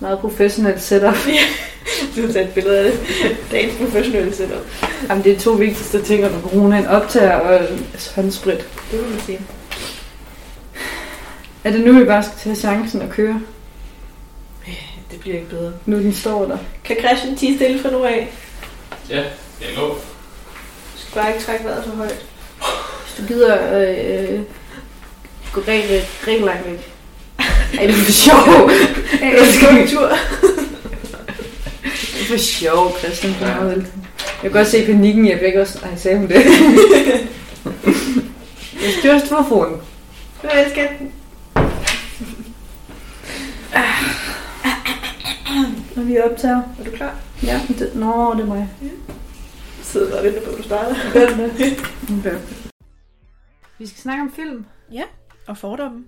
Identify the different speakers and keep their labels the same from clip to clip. Speaker 1: meget professionelt setup.
Speaker 2: Du har taget et billede af det. Dagens professionelle setup.
Speaker 1: Jamen, det er to vigtigste ting under corona. En optager og en håndsprit.
Speaker 2: Det må man sige.
Speaker 1: Er det nu, vi bare skal tage chancen og køre?
Speaker 2: Det bliver ikke bedre.
Speaker 1: Nu den står der.
Speaker 2: Kan Christian tige stille fra nu af?
Speaker 3: Ja, jeg går.
Speaker 2: Du skal bare ikke trække vejret for højt.
Speaker 1: Hvis du gider øh, øh, gå rigtig, rigtig langt væk. Ej, det er for sjov. Jeg elsker det.
Speaker 2: tur.
Speaker 1: Det er for sjov, Christian. Du er meget velkommen. Jeg kan godt se panikken. Jeg fik også... Ej, sagde hun det? Jeg styrste for foden.
Speaker 2: Nu elsker jeg den.
Speaker 1: Når vi optager.
Speaker 2: Er du klar?
Speaker 1: Ja, det, nå, det er mig.
Speaker 2: Sidder bare og venter på, at du starter.
Speaker 1: Okay. Vi skal snakke om film.
Speaker 2: Og fordomme.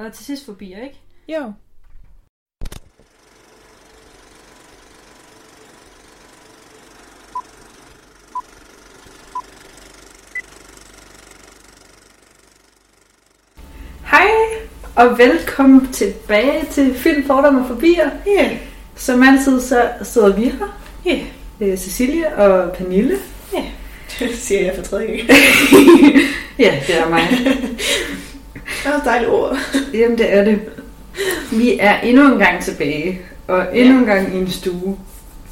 Speaker 1: Og til sidst forbi, ikke?
Speaker 2: Jo.
Speaker 1: Hej, og velkommen tilbage til Film Fordomme og Forbier.
Speaker 2: Ja.
Speaker 1: Som altid, så sidder vi her.
Speaker 2: Ja.
Speaker 1: Øh, Cecilie og Pernille.
Speaker 2: Det siger jeg for tredje gang.
Speaker 1: ja, det er mig.
Speaker 2: Det var et dejligt ord.
Speaker 1: Jamen, det er det. Vi er endnu en gang tilbage, og endnu en gang i en stue.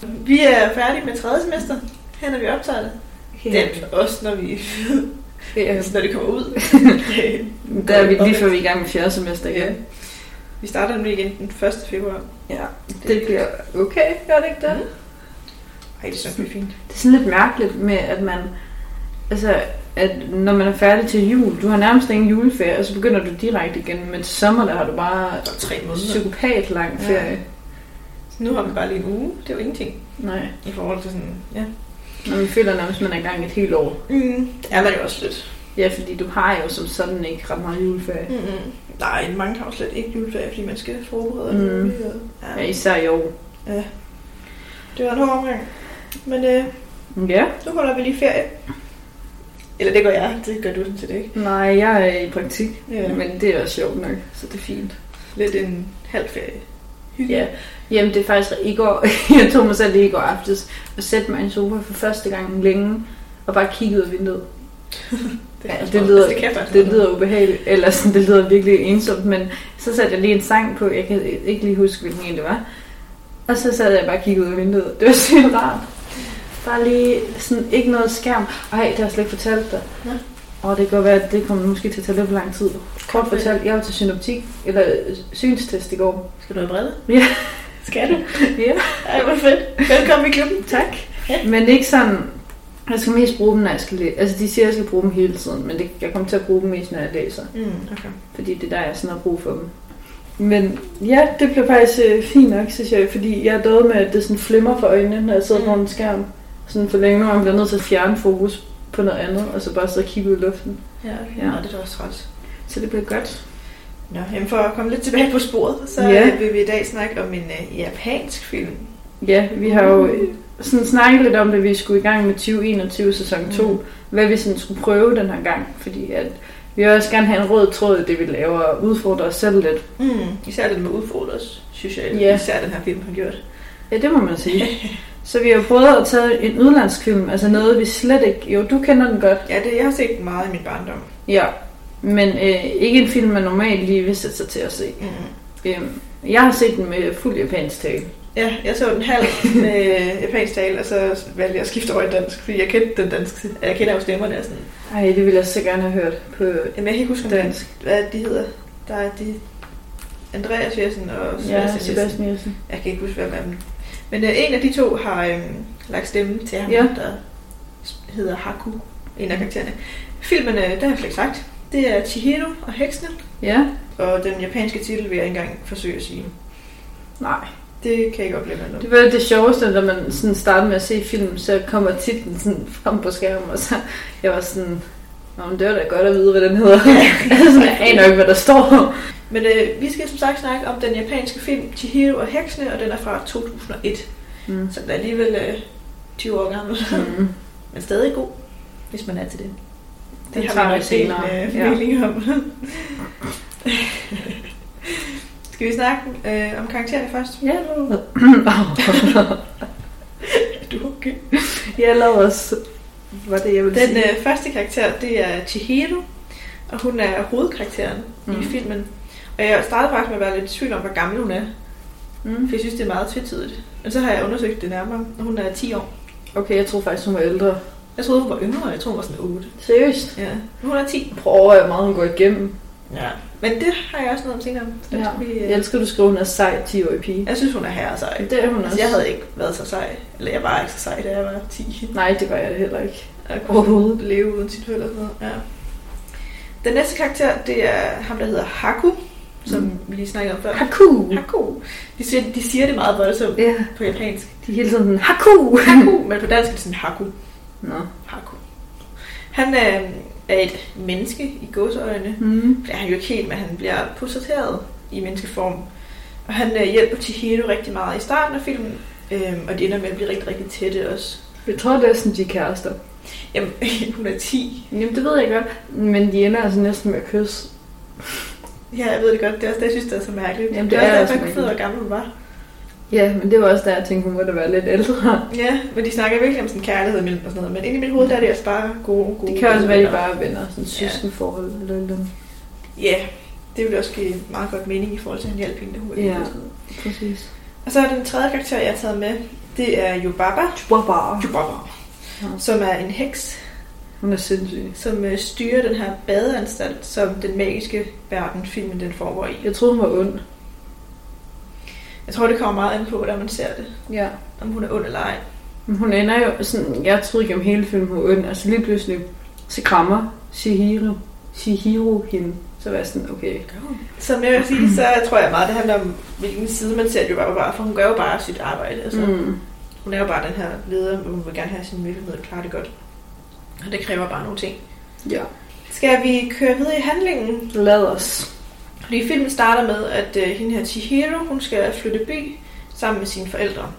Speaker 2: Vi er færdige med tredje semester. Her når vi optager det. Den, også når, vi,
Speaker 1: Øhm,
Speaker 2: altså, når det kommer ud.
Speaker 1: Der er vi lige før vi er i gang med fjerde semester igen.
Speaker 2: Ja. vi starter nu igen den 1. februar.
Speaker 1: ja. Det bliver okay, gør det ikke det?
Speaker 2: Ej, det synes jeg er fint.
Speaker 1: Det er sådan lidt mærkeligt med, at man... Altså, at når man er færdig til jul, du har nærmest ingen juleferie, og så begynder du direkte igen. Men til sommer, der har du bare
Speaker 2: Der er tre måneder.
Speaker 1: psykopat lang
Speaker 2: Ja.
Speaker 1: ferie.
Speaker 2: Nu har vi bare lige en uge. Det er jo ingenting
Speaker 1: Nej,
Speaker 2: i forhold til sådan... Ja.
Speaker 1: når man føler nærmest, at man er i gang et helt år.
Speaker 2: Mm, det er man jo også lidt.
Speaker 1: Ja, fordi du har jo som sådan ikke ret meget juleferie.
Speaker 2: Mm-hmm. Nej, mange har jo slet ikke juleferie, fordi man skal forberede
Speaker 1: Mm.
Speaker 2: mm. og,
Speaker 1: Ja,
Speaker 2: ja,
Speaker 1: især i år.
Speaker 2: Det var en hård omgang. Men øh,
Speaker 1: Ja.
Speaker 2: nu holder vi lige ferie. Eller det gør jeg, det gør du sådan set ikke.
Speaker 1: Nej, jeg er i praktik,
Speaker 2: Ja.
Speaker 1: ja. men det er også sjovt nok, så det er fint.
Speaker 2: Lidt en halv ferie.
Speaker 1: Ja, jamen det er faktisk i går, jeg tog mig selv lige i går aftes og satte mig i en sofa for første gang længe og bare kiggede ud af vinduet.
Speaker 2: Det,
Speaker 1: Ja,
Speaker 2: er- altså,
Speaker 1: det lyder-
Speaker 2: det, kan faktisk
Speaker 1: Det
Speaker 2: noget.
Speaker 1: lyder ubehageligt, eller sådan, det lyder virkelig ensomt, men så satte jeg lige en sang på, jeg kan ikke lige huske, hvilken en det var. Og så sad jeg bare og kiggede ud af vinduet. Det var sygt rart. Bare lige sådan, ikke noget skærm. Ej, det har jeg slet ikke fortalt dig.
Speaker 2: Nå.
Speaker 1: Og det kan godt være, at det kommer måske til at tage lidt for lang tid. Kort
Speaker 2: være.
Speaker 1: fortalt, jeg var til synoptik, eller øh, synstest i går.
Speaker 2: Skal du have brille?
Speaker 1: Ja.
Speaker 2: Skal du?
Speaker 1: Ja.
Speaker 2: Ej, hvor fedt. Velkommen i klubben.
Speaker 1: Tak. Men ikke sådan, jeg skal mest bruge dem, når jeg skal læse. Altså, de siger, jeg skal bruge dem hele tiden, men det, jeg kommer til at bruge dem mest, når jeg læser.
Speaker 2: Mm, okay.
Speaker 1: Fordi det er der, jeg sådan har brug for dem. Men ja, det bliver faktisk øh, fint nok, synes jeg, fordi jeg er død med, at det sådan flimmer for øjnene, når jeg sidder
Speaker 2: Mm.
Speaker 1: foran en skærm. Sådan for længe, når man bliver nødt til at fjerne fokus på noget andet, og så bare sidde og kigge ud i luften.
Speaker 2: Ja, okay.
Speaker 1: Ja.
Speaker 2: Nå, det er da også træls.
Speaker 1: Så det bliver godt.
Speaker 2: Nå, jamen for at komme lidt tilbage på sporet, så
Speaker 1: Ja.
Speaker 2: øh, vil vi i dag snakke om en øh, japansk film.
Speaker 1: Ja, vi har jo øh, sådan snakket lidt om, at vi skulle i gang med 2021 sæson 2.
Speaker 2: Mm.
Speaker 1: Mm. Hvad vi sådan skulle prøve den her gang, fordi at vi vil også gerne have en rød tråd i det, vi laver, og udfordre os selv lidt.
Speaker 2: Mm. Især det med udfordres, synes jeg.
Speaker 1: Ja.
Speaker 2: Især den her film har gjort.
Speaker 1: Ja, det må man sige. Så vi har prøvet at tage en udenlandsk film, altså noget, vi slet ikke... Jo, du kender den godt.
Speaker 2: Ja, det, jeg har set den meget i min barndom.
Speaker 1: Ja, men øh, ikke en film, man normalt lige vil sætte sig til at se.
Speaker 2: Mm.
Speaker 1: Øhm, jeg har set den med fuld japansk tale.
Speaker 2: Ja, jeg så den halv med japansk tale, og så valgte jeg at skifte over i dansk, fordi jeg kendte den danske. Jeg kender jo stemmerne og sådan.
Speaker 1: Ej, det ville jeg så gerne have hørt på
Speaker 2: Jamen, jeg kan ikke huske, om det er-
Speaker 1: dansk.
Speaker 2: hvad de hedder. Der er de... Andreas Jessen
Speaker 1: Ja,
Speaker 2: og Sebastian Jessen.
Speaker 1: Sebastian Jensen.
Speaker 2: Jeg kan ikke huske, hvem af dem. Men øh, en af de to har øh, lagt stemme til ham,
Speaker 1: Ja.
Speaker 2: ja. der sp- hedder Haku, en af karaktererne. Filmen, øh, der har jeg slet ikke sagt, det er Chihiro og Heksene,
Speaker 1: Ja?
Speaker 2: og den japanske titel vil jeg ikke engang forsøge at sige.
Speaker 1: Nej.
Speaker 2: Det kan jeg ikke opleve noget.
Speaker 1: Det var det sjoveste, når man sådan starter med at se film, så kommer titlen sådan frem på skærmen, og så jeg var sådan... Nå, men det var da godt at vide, hvad den hedder. altså, jeg aner ikke, hvad der står.
Speaker 2: Men øh, vi skal som sagt snakke om den japanske film Chihiro og Heksene, og den er fra 2001,
Speaker 1: Mm.
Speaker 2: så den er alligevel øh, 20 år gammel,
Speaker 1: Mm.
Speaker 2: men stadig god, hvis man er til det.
Speaker 1: Den tager vi
Speaker 2: nok delt,
Speaker 1: senere,
Speaker 2: øh,
Speaker 1: ja.
Speaker 2: mening om. Skal vi snakke øh, om karaktererne først?
Speaker 1: Jeg lavede,
Speaker 2: Er du okay?
Speaker 1: jeg lavede også, hvad det, jeg ville
Speaker 2: Den
Speaker 1: sige.
Speaker 2: øh, første karakter, det er Chihiro, og hun er hovedkarakteren mm.
Speaker 1: Mm.
Speaker 2: i filmen. Og jeg startede faktisk med at være lidt i tvivl om, hvor gammel hun er,
Speaker 1: Mm.
Speaker 2: for jeg synes, det er meget tvetydigt. Men så har jeg undersøgt det nærmere, og hun er 10 år.
Speaker 1: Okay, jeg troede faktisk, hun var ældre.
Speaker 2: Jeg troede, hun var yngre, jeg troede, hun var sådan 8.
Speaker 1: Seriøst?
Speaker 2: Ja, nu er hun er 10.
Speaker 1: Prøv at overveje, hvor meget hun går igennem.
Speaker 2: Ja. Men det har jeg også noget om senere. Så
Speaker 1: Ja.
Speaker 2: ja. vi, øh,
Speaker 1: Jeg elsker, at du skriver, hun er sej 10-årig pige.
Speaker 2: jeg synes, hun er herre sej.
Speaker 1: Det er hun
Speaker 2: Altså,
Speaker 1: også.
Speaker 2: jeg havde ikke været så sej. Eller jeg var ikke så sej, da jeg var 10.
Speaker 1: Nej, det var jeg da heller ikke.
Speaker 2: Jeg kunne
Speaker 1: Overhovedet.
Speaker 2: leve uden sit føl og sådan noget. Ja. Den næste karakter, det er ham, der hedder Haku, som
Speaker 1: Mm.
Speaker 2: mm. vi lige snakkede om før.
Speaker 1: Haku!
Speaker 2: Haku. De siger, de siger det meget voldsomt
Speaker 1: Ja,
Speaker 2: på japansk.
Speaker 1: de er hele tiden sådan, Haku!
Speaker 2: Haku, men på dansk er det sådan Haku.
Speaker 1: Nå.
Speaker 2: Haku. Han øh, er et menneske i gåseøjne.
Speaker 1: Mm.
Speaker 2: Det er han jo ikke helt, men han bliver portrætteret i menneskeform. Og han øh, hjælper Chihiro rigtig meget i starten af filmen. Øhm, og de ender med at blive rigtig, rigtig tætte også.
Speaker 1: Jeg tror, det er sådan, de er kærester.
Speaker 2: Jamen, hun er 10.
Speaker 1: Jamen, det ved jeg godt. Men de ender altså næsten med at kysse.
Speaker 2: Ja, jeg ved det godt. Det er også det, jeg synes, det er så mærkeligt.
Speaker 1: Jamen, det
Speaker 2: det,
Speaker 1: er
Speaker 2: også
Speaker 1: også
Speaker 2: derfor, jeg kunne finde ud af,
Speaker 1: mærkeligt.
Speaker 2: hvor gammel hun var.
Speaker 1: Ja, men det var også der, jeg tænkte, hun måtte være lidt ældre.
Speaker 2: Ja, men de snakker virkelig om sådan kærlighed mellem og sådan noget. Men inde i mit hoved, der er det altså bare gode, gode
Speaker 1: Det kan også være, at de
Speaker 2: venner.
Speaker 1: bare er venner. Sådan søskenforhold eller et eller andet.
Speaker 2: Ja, det ville også give meget godt mening i forhold til, at han hjalp hende, da hun var
Speaker 1: Ja.
Speaker 2: lille og sådan noget.
Speaker 1: Præcis.
Speaker 2: Og så er den tredje karakter, jeg har taget med, det er Yubaba.
Speaker 1: Chubaba.
Speaker 2: Yubaba.
Speaker 1: Ja.
Speaker 2: Som er en heks,
Speaker 1: Hun er sindssyg.
Speaker 2: som øh, styrer den her badeanstalt, som den magiske verden, filmen den foregår i.
Speaker 1: Jeg troede, hun var ond.
Speaker 2: Jeg tror, det kommer meget an på, hvordan man ser det.
Speaker 1: Ja.
Speaker 2: Om hun er ond eller ej.
Speaker 1: Men hun ender jo sådan, jeg troede gennem hele filmen, hun var ond. Altså lige pludselig, så krammer Shihiro, Shihiro hende. Så var jeg sådan, okay.
Speaker 2: Som jeg vil sige, så tror jeg meget, det handler om, hvilken side man ser Yubaba bare, for hun gør jo bare sit arbejde. Altså,
Speaker 1: Mm.
Speaker 2: Hun er jo bare den her leder, og hun vil gerne have sin virksomhed og klare det godt. Og det kræver bare nogle ting.
Speaker 1: Ja.
Speaker 2: Skal vi køre videre i handlingen?
Speaker 1: Lad os.
Speaker 2: Fordi filmen starter med, at øh, hende her Chihiro, hun skal flytte by sammen med sine forældre.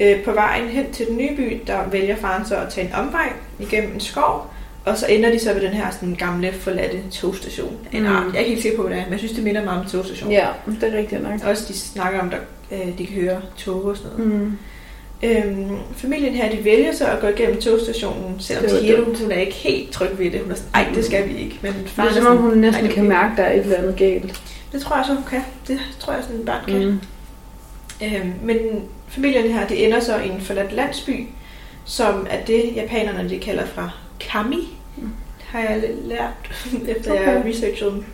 Speaker 2: Øh, på vejen hen til den nye by, der vælger faren så at tage en omvej igennem en skov, og så ender de så ved den her sådan, gamle, forladte togstation. En
Speaker 1: Mm.
Speaker 2: art. Jeg er ikke helt sikker på, hvad det er, men jeg synes, det minder meget om en togstation.
Speaker 1: Ja, det er rigtigt nok.
Speaker 2: Også de snakker om, at øh, de kan høre tog og sådan noget.
Speaker 1: Mm.
Speaker 2: Øhm, familien her, de vælger så at gå igennem togstationen, selvom
Speaker 1: Det var
Speaker 2: Chihiro,
Speaker 1: dumt.
Speaker 2: hun er ikke helt tryg ved det. Hun er sådan, ej, det skal vi ikke. Men
Speaker 1: Det
Speaker 2: faren
Speaker 1: er
Speaker 2: er
Speaker 1: som om, hun næsten
Speaker 2: "Ej, det
Speaker 1: kan
Speaker 2: okay."
Speaker 1: mærke, der er et eller andet galt.
Speaker 2: Det tror jeg så, hun kan. Det tror jeg sådan, et barn kan. Mm.
Speaker 1: Mm.
Speaker 2: Øhm, men familien her, det ender så i en forladt landsby, som er det, japanerne de kalder fra kami.
Speaker 1: Mm.
Speaker 2: Har jeg lært, efter okay. jeg
Speaker 1: Okay.
Speaker 2: researchede dem.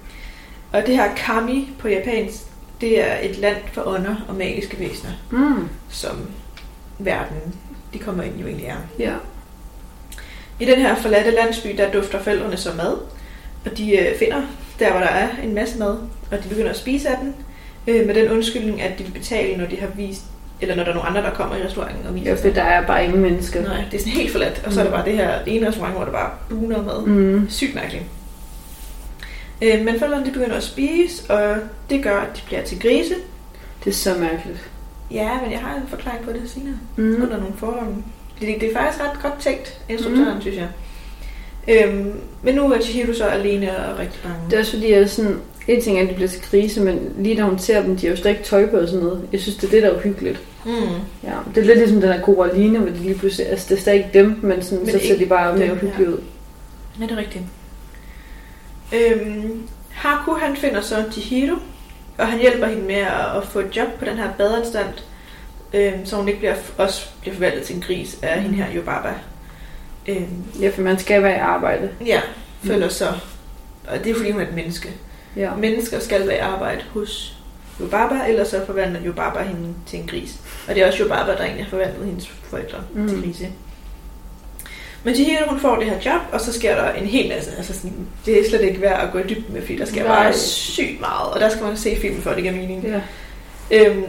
Speaker 2: Og det her kami på japansk, det er et land for ånder og magiske væsener,
Speaker 1: Mm.
Speaker 2: som verden, de kommer ind jo egentlig er.
Speaker 1: Ja.
Speaker 2: I den her forladte landsby, der dufter forældrene så mad, og de øh, finder der, hvor der er en masse mad, og de begynder at spise af den, øh, med den undskyldning, at de vil betale, når de har vist, eller når der er nogle andre, der kommer i restauranten og viser
Speaker 1: Ja, for der er bare ingen mennesker.
Speaker 2: Nej, det er sådan helt forladt, og så er der bare det her ene restaurant, hvor der bare buner af mad.
Speaker 1: Mm.
Speaker 2: Sygt mærkeligt. Øh, men forældrene de begynder at spise, og det gør, at de bliver til grise.
Speaker 1: Det er så mærkeligt.
Speaker 2: Ja, men jeg har en forklaring på det senere
Speaker 1: Mm.
Speaker 2: under nogle fordomme. Det, det er faktisk ret godt tænkt, instruktøren, mm. synes jeg. Øhm, men nu er Chihiro så alene og rigtig bange.
Speaker 1: Det er også fordi, jeg er sådan... En ting er, at de bliver til krise, men lige da hun ser dem, de har jo slet ikke tøj på og sådan noget. Jeg synes, det er det, der er uhyggeligt.
Speaker 2: mm.
Speaker 1: Ja, det er lidt ligesom den her Coraline, hvor det lige pludselig... Altså, det er slet ikke dem, men, sådan,
Speaker 2: Men
Speaker 1: men så ser
Speaker 2: ikke
Speaker 1: de bare mere
Speaker 2: dem,
Speaker 1: uhyggelige ud.
Speaker 2: Ja, det er rigtigt. Øhm, Haku han finder så Chihiro, og han hjælper hende med at, at få et job på den her badeanstalt, øhm, så hun ikke bliver, også bliver forvandlet til en gris af hende her Yobaba. Øhm,
Speaker 1: Ja, for man skal være i arbejde.
Speaker 2: ja, følger
Speaker 1: Mm.
Speaker 2: så. Og det er fordi, hun er et menneske.
Speaker 1: Ja.
Speaker 2: Mennesker skal være i arbejde hos Yobaba, ellers så forvandler Yobaba hende til en gris. Og det er også Yobaba, der egentlig har forvandlet hendes forældre mm. til
Speaker 1: Mm.
Speaker 2: grise. Men Chihiro, hun får det her job, og så sker der en hel masse. Altså sådan, det er slet ikke værd at gå i dybden med, fordi der sker
Speaker 1: Nej.
Speaker 2: bare sygt meget. Og der skal man se filmen, for at det giver mening.
Speaker 1: Ja.
Speaker 2: Øhm,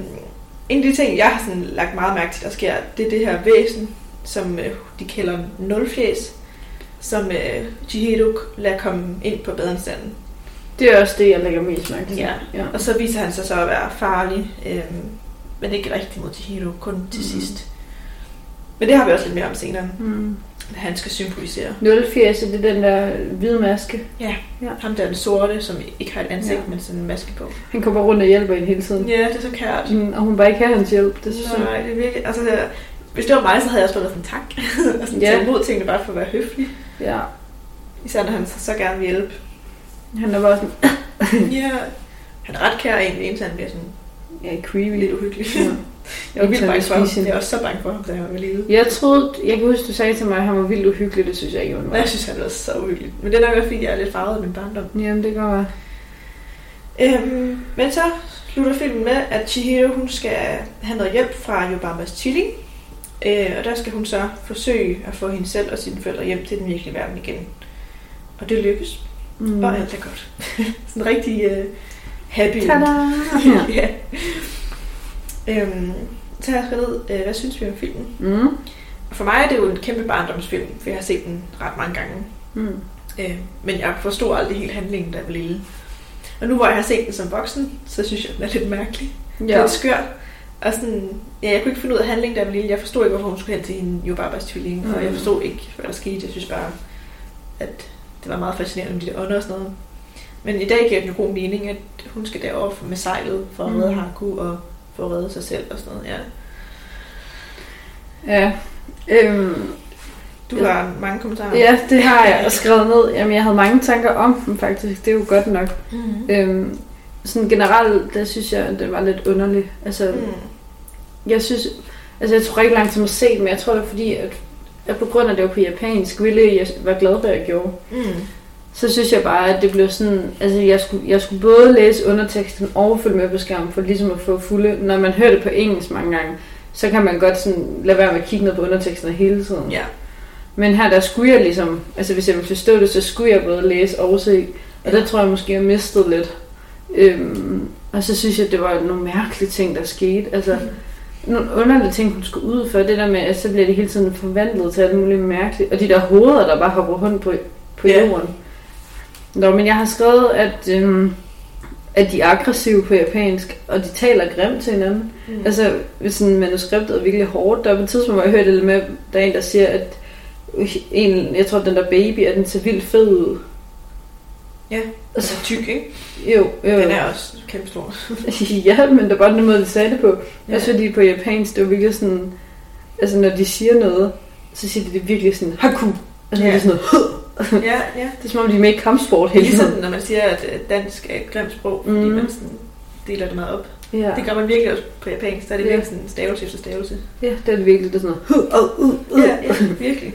Speaker 2: en af de ting, jeg har sådan lagt meget mærke til, der sker, det er det her væsen, som øh, de kalder nulfjæs, som øh, Chihiro lader komme ind på badeanstanden.
Speaker 1: Det er også det, jeg lægger mest mærke til.
Speaker 2: Ja.
Speaker 1: ja.
Speaker 2: Og så viser han sig så at være farlig, øhm, men ikke rigtig mod Chihiro, kun til
Speaker 1: Mm.
Speaker 2: sidst. Men det har vi også lidt mere om senere.
Speaker 1: Mm.
Speaker 2: hvad han skal symbolisere.
Speaker 1: 080, det er den der hvide maske.
Speaker 2: Ham der er den sorte, som ikke har et ansigt,
Speaker 1: Ja.
Speaker 2: ja. men sådan en maske på.
Speaker 1: Han kommer rundt og hjælper hende hele tiden.
Speaker 2: Ja, det er så kært.
Speaker 1: Mm, og hun bare ikke have hans hjælp. Det synes jeg.
Speaker 2: Nej, det er virkelig... Altså, jeg- hvis det var mig, så havde jeg også bare været sådan tak. og sådan
Speaker 1: Ja.
Speaker 2: ja. taget imod tingene bare for at være høflig.
Speaker 1: Ja.
Speaker 2: Især når han så, så gerne vil hjælpe.
Speaker 1: Han er bare sådan,
Speaker 2: ja. Han er ret kær egentlig, indtil han bliver sådan
Speaker 1: ja, creepy.
Speaker 2: lidt uhyggelig.
Speaker 1: Ja.
Speaker 2: Jeg var vildt
Speaker 1: Indtil han
Speaker 2: bange
Speaker 1: vil
Speaker 2: for ham.
Speaker 1: spise hende.
Speaker 2: Jeg var så bange for ham, da han var lille.
Speaker 1: Jeg troede, jeg kan huske, du sagde til mig, at han var vildt uhyggelig. Det synes jeg ikke, han
Speaker 2: Men jeg
Speaker 1: var.
Speaker 2: synes, han var så uhyggelig. Men det er nok også, fordi jeg er lidt farvet af min barndom.
Speaker 1: Jamen, det kan godt være.
Speaker 2: Øhm, men så slutter filmen med, at Chihiro hun skal have noget hjælp fra Yobamas tvilling. Øh, og der skal hun så forsøge at få hende selv og sine forældre hjem til den virkelige verden igen. Og det lykkes,
Speaker 1: Mm.
Speaker 2: mm. og alt er godt. Sådan en rigtig øh, happy end.
Speaker 1: Tada! Ja.
Speaker 2: ja. øhm, så har jeg skrevet ned, øh, hvad synes vi om filmen?
Speaker 1: Mm.
Speaker 2: Og For mig er det jo en kæmpe barndomsfilm, for jeg har set den ret mange gange.
Speaker 1: Mm.
Speaker 2: Øh, men jeg forstod aldrig helt handlingen, da jeg var lille. Og nu hvor jeg har set den som voksen, så synes jeg, den er lidt mærkelig. Ja.
Speaker 1: Ja.
Speaker 2: Lidt skør. Og sådan, ja, jeg kunne ikke finde ud af handlingen, da jeg var lille. Jeg forstod ikke, hvorfor hun skulle hen til hende Jobabas tvilling. Mm. Og jeg
Speaker 1: Mm.
Speaker 2: forstod ikke, hvad der skete. Jeg synes bare, at det var meget fascinerende med de der ånder og sådan noget. Men i dag giver det jo god mening, at hun skal derover med sejlet for at
Speaker 1: Mm.
Speaker 2: redde Haku og for at redde sig selv og sådan noget. Ja.
Speaker 1: Ja. Øhm,
Speaker 2: Du
Speaker 1: Ja.
Speaker 2: har mange kommentarer.
Speaker 1: ja, det har jeg skrevet ned. Jamen, jeg havde mange tanker om den faktisk. Det er jo godt nok.
Speaker 2: Mm.
Speaker 1: Øhm, sådan generelt, der synes jeg, at den var lidt underlig. Altså, mm.
Speaker 2: Mm.
Speaker 1: jeg synes... Altså, jeg tror ikke langt til mig set, men jeg tror, det er fordi, at, at på grund af, at det var på japansk, ville jeg var glad for, at jeg gjorde.
Speaker 2: Mm.
Speaker 1: så synes jeg bare, at det blev sådan... Altså, jeg skulle, jeg skulle både læse underteksten og følge med på skærmen, for ligesom at få fulde... Når man hører det på engelsk mange gange, så kan man godt sådan lade være med at kigge ned på underteksten hele tiden.
Speaker 2: Ja.
Speaker 1: Men her, der skulle jeg ligesom... Altså, hvis jeg ville forstå det, så skulle jeg både læse og se. Og der tror jeg måske, jeg mistede lidt. Øhm, og så synes jeg, det var nogle mærkelige ting, der skete. Altså, nogle underlige ting, hun skulle ud for. Det der med, at så bliver det hele tiden forvandlet til alt muligt mærkeligt. Og de der hoveder, der bare hopper rundt på, på
Speaker 2: Ja.
Speaker 1: yeah. jorden. Nå, men jeg har skrevet, at, øhm, at de er aggressive på japansk, og de taler grimt til hinanden.
Speaker 2: Mm.
Speaker 1: Altså, hvis sådan manuskriptet er virkelig hårdt. Der er på et tidspunkt, hvor jeg hørte det lidt med, der er en, der siger, at en, jeg tror, den der baby, at den ser vildt fed ud.
Speaker 2: Ja.
Speaker 1: Altså,
Speaker 2: Altså tyk, ikke?
Speaker 1: jo, jo.
Speaker 2: Den er også kæmpe stor.
Speaker 1: ja, men det er bare den måde, de sagde det på. Ja.
Speaker 2: Ja.
Speaker 1: Også fordi på japansk, det var virkelig sådan... Altså, når de siger noget, så siger de det virkelig sådan, haku. Altså,
Speaker 2: Ja.
Speaker 1: ja. det er sådan noget,
Speaker 2: ja, ja.
Speaker 1: det er som om, de er med i kampsport
Speaker 2: Det er
Speaker 1: hele
Speaker 2: ligesom,
Speaker 1: tiden.
Speaker 2: når man siger, at øh, dansk er et grimt sprog, fordi
Speaker 1: Mhm.
Speaker 2: mm. man sådan deler det meget op.
Speaker 1: Ja.
Speaker 2: Ja. Det gør man virkelig også på japansk. Der er det
Speaker 1: Ja.
Speaker 2: virkelig sådan stavelse efter stavelse.
Speaker 1: ja, det er det virkelig, det er sådan noget, hu, au, u, u.
Speaker 2: Ja, ja virkelig.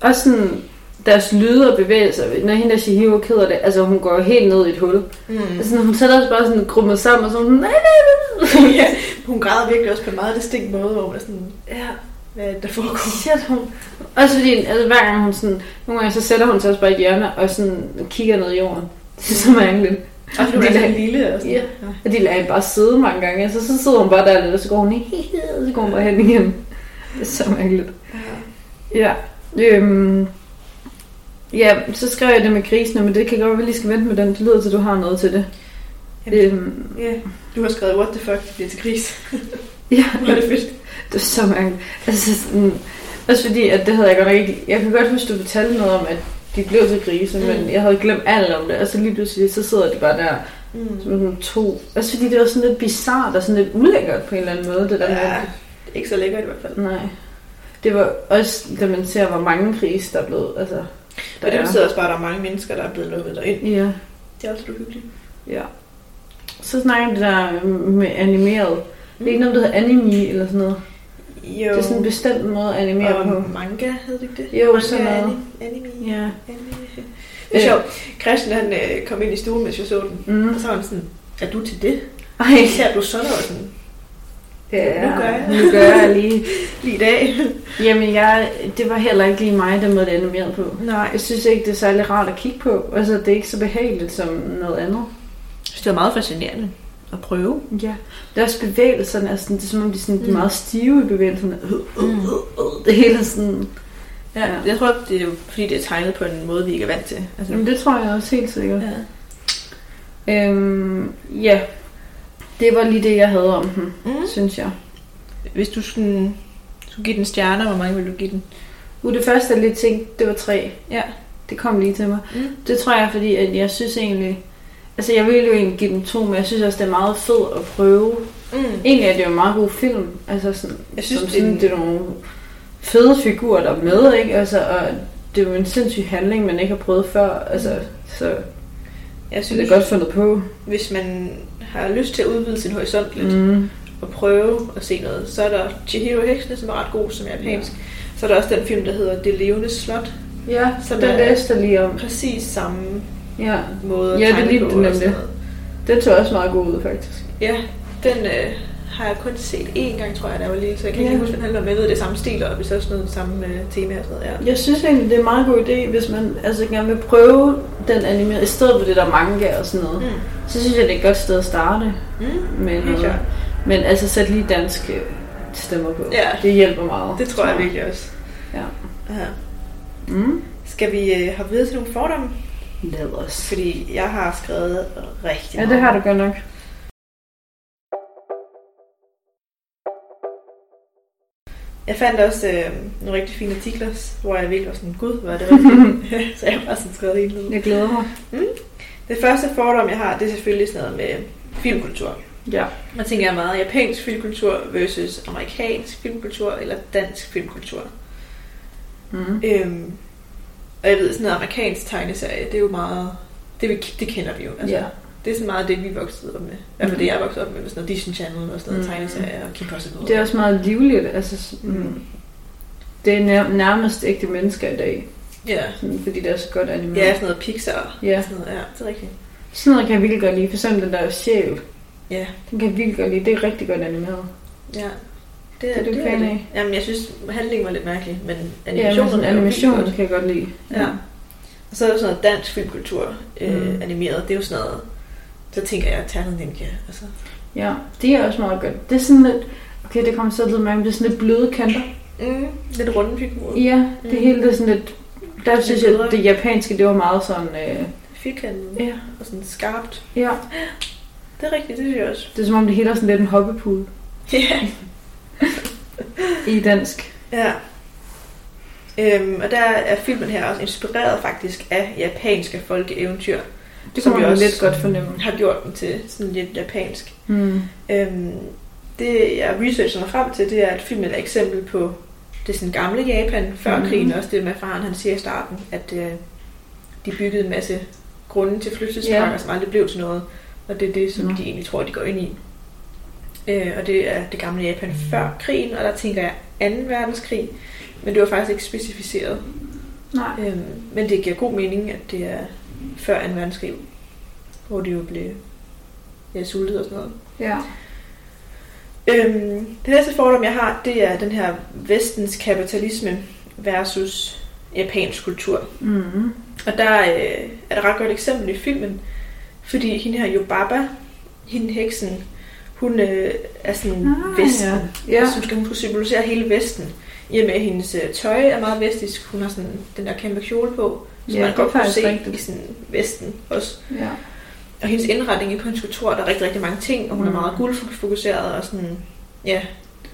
Speaker 1: Også sådan, deres lyde og bevægelser. Når hende der Shihiro keder det, altså hun går jo helt ned i et hul.
Speaker 2: Mm.
Speaker 1: Altså, hun sætter sig bare sådan krummet sammen, og så er hun sådan, nej, nej, nej.
Speaker 2: ja, hun græder virkelig også på en meget distinkt måde, hvor man er sådan,
Speaker 1: Ja,
Speaker 2: hvad er det, der foregår?
Speaker 1: shit, hun. Også fordi, altså, hver gang hun sådan, nogle gange så sætter hun sig også bare i hjørne og sådan kigger ned i jorden. Det er så mærkeligt.
Speaker 2: Og fordi hun er
Speaker 1: Lille.
Speaker 2: sådan lille og sådan.
Speaker 1: Ja.
Speaker 2: Ja.
Speaker 1: Og de lader hende bare sidde mange gange, altså så sidder hun bare der lidt, og så går hun i, og så går hun bare hen igen. Det er så mærkeligt. Ja. Øhm, ja, så skrev jeg det med grisene, men det kan godt være, vi lige skal vente med den. Det lyder til, du har noget til det.
Speaker 2: Jamen,
Speaker 1: Øhm,
Speaker 2: ja. Du har skrevet, what the fuck, det bliver til gris.
Speaker 1: ja.
Speaker 2: Hvor er det fedt.
Speaker 1: Det er så mærkeligt. Altså, sådan, også fordi, at det havde jeg godt nok ikke... Jeg kan godt huske, du fortalte noget om, at de blev til grise, mm.
Speaker 2: Mm.
Speaker 1: men jeg havde glemt alt om det. Og så lige pludselig, så sidder de bare der
Speaker 2: Mm.
Speaker 1: som sådan to. Også fordi det var sådan lidt bizart og sådan lidt ulækkert på en eller anden måde, det der
Speaker 2: Ja,
Speaker 1: med...
Speaker 2: ikke så lækkert i hvert fald.
Speaker 1: Nej. Det var også, da man ser, hvor mange grise der er blevet... Altså, der
Speaker 2: Men det
Speaker 1: er.
Speaker 2: betyder også bare, at der er mange mennesker, der er blevet lukket derind. Mm.
Speaker 1: Ja,
Speaker 2: Det er også lidt uhyggeligt.
Speaker 1: ja. Så snakker vi der øhm, med animeret. Det er ikke noget, der hedder anime eller sådan noget.
Speaker 2: Mm. Jo.
Speaker 1: Det er sådan en bestemt måde at animere
Speaker 2: og
Speaker 1: på.
Speaker 2: manga, hed det ikke det?
Speaker 1: Jo,
Speaker 2: manga,
Speaker 1: sådan noget.
Speaker 2: ani- Anime.
Speaker 1: Ja.
Speaker 2: anime. Det er sjovt. Christian han øh, kom ind i stuen, mens jeg så den.
Speaker 1: Mm.
Speaker 2: Og så var han sådan, er du til det?
Speaker 1: Ej,
Speaker 2: Ser du sådan noget sådan?
Speaker 1: ja,
Speaker 2: Nu gør jeg.
Speaker 1: nu gør jeg lige.
Speaker 2: Lige i dag.
Speaker 1: Jamen, jeg, det var heller ikke lige mig, den måde, det animerede på.
Speaker 2: Nej.
Speaker 1: Jeg synes ikke, det er særlig rart at kigge på. Altså, det er ikke så behageligt som noget andet.
Speaker 2: Jeg synes, det var meget fascinerende at prøve.
Speaker 1: Ja. Det er også bevægelserne, altså, det er som om, de, sådan, de er
Speaker 2: Mm.
Speaker 1: meget stive i bevægelserne. Øh, øh,
Speaker 2: Mm.
Speaker 1: øh, øh, Det hele er sådan...
Speaker 2: Ja, jeg tror, det er jo fordi, det er tegnet på en måde, vi ikke er vant til. Altså,
Speaker 1: Jamen, det tror jeg også helt sikkert.
Speaker 2: ja.
Speaker 1: Øhm, ja. Det var lige det, jeg havde om den,
Speaker 2: Mm.
Speaker 1: synes jeg.
Speaker 2: Hvis du skulle, skulle give den stjerner, hvor mange vil du give den?
Speaker 1: Uh, det første, jeg lige tænkte, det var tre.
Speaker 2: Ja.
Speaker 1: Det kom lige til mig.
Speaker 2: Mm.
Speaker 1: Det tror jeg, fordi at jeg synes egentlig... Altså, jeg ville jo egentlig give den to, men jeg synes også, det er meget fedt at prøve.
Speaker 2: Mm.
Speaker 1: Egentlig er det jo en meget god film. Altså, sådan,
Speaker 2: Jeg synes,
Speaker 1: som
Speaker 2: det er
Speaker 1: sådan,
Speaker 2: en-
Speaker 1: det er nogle fede figurer, der er med, ikke? Altså, og det er jo en sindssyg handling, man ikke har prøvet før. Altså, så
Speaker 2: Jeg
Speaker 1: det
Speaker 2: synes,
Speaker 1: er godt fundet på.
Speaker 2: hvis man har lyst til at udvide sin horisont lidt, mm.
Speaker 1: Mm.
Speaker 2: og prøve at se noget, så er der Chihiro Heksene, som er ret god, som er japansk. Ja. Så er der også den film, der hedder Det levende slot.
Speaker 1: Ja, så
Speaker 2: Som
Speaker 1: den
Speaker 2: er-
Speaker 1: læste jeg lige om.
Speaker 2: Præcis samme
Speaker 1: Ja,
Speaker 2: måde at
Speaker 1: Ja, det
Speaker 2: tegne
Speaker 1: lignede
Speaker 2: på og
Speaker 1: nemlig.
Speaker 2: sådan noget.
Speaker 1: den tog også meget god ud, faktisk.
Speaker 2: Ja, den øh, har jeg kun set én gang, tror jeg, da jeg var lille, så jeg kan
Speaker 1: Ja.
Speaker 2: ikke huske, hvad den handler om. Jeg ved, det er samme stil, og hvis også noget samme øh, tema og sådan noget. Ja.
Speaker 1: Jeg synes egentlig, det er en meget god idé, hvis man altså gerne vil prøve den animerede, i stedet for det der manga og sådan noget.
Speaker 2: Mm.
Speaker 1: Så synes jeg, det er et godt sted at starte
Speaker 2: Mm.
Speaker 1: med
Speaker 2: Helt
Speaker 1: noget.
Speaker 2: klart.
Speaker 1: Men altså, sæt lige danske stemmer på.
Speaker 2: Ja.
Speaker 1: Det hjælper meget.
Speaker 2: Det tror jeg virkelig også.
Speaker 1: Ja.
Speaker 2: ja.
Speaker 1: Mm.
Speaker 2: Skal vi øh, hoppe videre til nogle fordomme?
Speaker 1: Lad os.
Speaker 2: Fordi jeg har skrevet rigtig
Speaker 1: Ja,
Speaker 2: meget.
Speaker 1: det har du godt nok.
Speaker 2: Jeg fandt også øh, nogle rigtig fine artikler, hvor jeg virkelig var sådan, gud, hvor er det rigtigt. så jeg har bare sådan skrevet hele tiden.
Speaker 1: Jeg glæder mig.
Speaker 2: Det første fordom, jeg har, det er selvfølgelig sådan noget med filmkultur.
Speaker 1: Ja.
Speaker 2: Man tænker jeg meget japansk filmkultur versus amerikansk filmkultur eller dansk filmkultur.
Speaker 1: Mm.
Speaker 2: Øhm, og jeg ved, sådan noget amerikansk tegneserie, det er jo meget... Det, vi, det kender vi jo. Altså,
Speaker 1: Ja. Mhm.
Speaker 2: Det er sådan meget det, vi voksede op med. I hvert fald det, jeg voksede op med, med sådan noget Disney Channel og sådan noget
Speaker 1: Mm.
Speaker 2: mm. tegneserier og Kim Possible.
Speaker 1: Det er også meget livligt. Altså, sådan-
Speaker 2: Mm.
Speaker 1: det er nær- nærmest ægte mennesker i dag,
Speaker 2: Ja.
Speaker 1: sådan, fordi det er så godt animeret.
Speaker 2: ja, sådan noget Pixar.
Speaker 1: Ja.
Speaker 2: Sådan noget, ja, det er rigtigt.
Speaker 1: Sådan noget kan jeg virkelig godt lide. For eksempel den der sjæl.
Speaker 2: Ja.
Speaker 1: Den kan jeg virkelig godt lide. Det er rigtig godt animeret.
Speaker 2: Ja.
Speaker 1: Det er du fan
Speaker 2: det.
Speaker 1: af?
Speaker 2: Jamen, jeg synes, handlingen var lidt mærkelig, men
Speaker 1: Ja, men
Speaker 2: animationen
Speaker 1: sådan
Speaker 2: er jo vildt
Speaker 1: animation
Speaker 2: godt.
Speaker 1: kan jeg godt lide.
Speaker 2: Ja. Og så er der sådan noget dansk filmkultur øh,
Speaker 1: Mm.
Speaker 2: mm. animeret. Det er jo sådan noget, så tænker jeg, Ternet Nimke. Altså.
Speaker 1: Ja, det er også meget godt. Det er sådan lidt... Okay, det kommer så lidt mærke, men det er sådan lidt bløde kanter.
Speaker 2: Mm, lidt runde figurer. Ja.
Speaker 1: Ja, det
Speaker 2: Mm.
Speaker 1: hele det er sådan lidt... Der
Speaker 2: Lidt
Speaker 1: synes jeg,
Speaker 2: blødere.
Speaker 1: det japanske, det var meget sådan... Øh,
Speaker 2: Firkantet
Speaker 1: ja.
Speaker 2: og sådan skarpt.
Speaker 1: ja,
Speaker 2: Det er rigtigt, det synes jeg også.
Speaker 1: det er som om, det hele er sådan lidt en hoppepude
Speaker 2: Ja.
Speaker 1: i dansk.
Speaker 2: ja. Øhm, og der er filmen her også inspireret faktisk af japanske folkeeventyr.
Speaker 1: Det
Speaker 2: Som
Speaker 1: kan
Speaker 2: vi
Speaker 1: man jo
Speaker 2: også-
Speaker 1: lidt godt fornemme.
Speaker 2: Har gjort den til sådan lidt japansk.
Speaker 1: Mm.
Speaker 2: Øhm, det jeg researcher mig frem til, det er, at filmen er et eksempel på det sådan gamle Japan før
Speaker 1: Mhm.
Speaker 2: mm. krigen, også det med faren, han siger i starten, at øh, de byggede en masse grunde til flyttespakker,
Speaker 1: Ja. Mhm.
Speaker 2: yeah. som aldrig blev til noget, og det er det, som
Speaker 1: Nå.
Speaker 2: mm. de egentlig tror, de går ind i. Øh, og det er det gamle Japan
Speaker 1: Mhm.
Speaker 2: før krigen, og der tænker jeg 2. verdenskrig, men det var faktisk ikke specificeret.
Speaker 1: Nej.
Speaker 2: Øhm, men det giver god mening, at det er før 2. verdenskrig, hvor de jo blev ja, sultet og sådan noget.
Speaker 1: Ja.
Speaker 2: Øhm, det næste fordom, jeg har, det er den her vestens kapitalisme versus japansk kultur.
Speaker 1: Mm.
Speaker 2: Og der øh, er et ret godt eksempel i filmen, fordi hende her Yobaba, hende heksen, hun øh, er sådan ah, vesten.
Speaker 1: Ja.
Speaker 2: Ja.
Speaker 1: ja.
Speaker 2: Jeg synes, hun skulle symbolisere hele vesten. I og med, at hendes øh, tøj er meget vestisk. Hun har sådan den der kæmpe kjole på, som
Speaker 1: Ja,
Speaker 2: man
Speaker 1: det er
Speaker 2: godt kunne
Speaker 1: faktisk
Speaker 2: se
Speaker 1: rigtigt.
Speaker 2: i sådan vesten også.
Speaker 1: ja.
Speaker 2: Og hendes indretning i på hendes kontor, der er rigtig, rigtig mange ting, og hun
Speaker 1: Mm.
Speaker 2: er meget guldfokuseret og sådan, ja,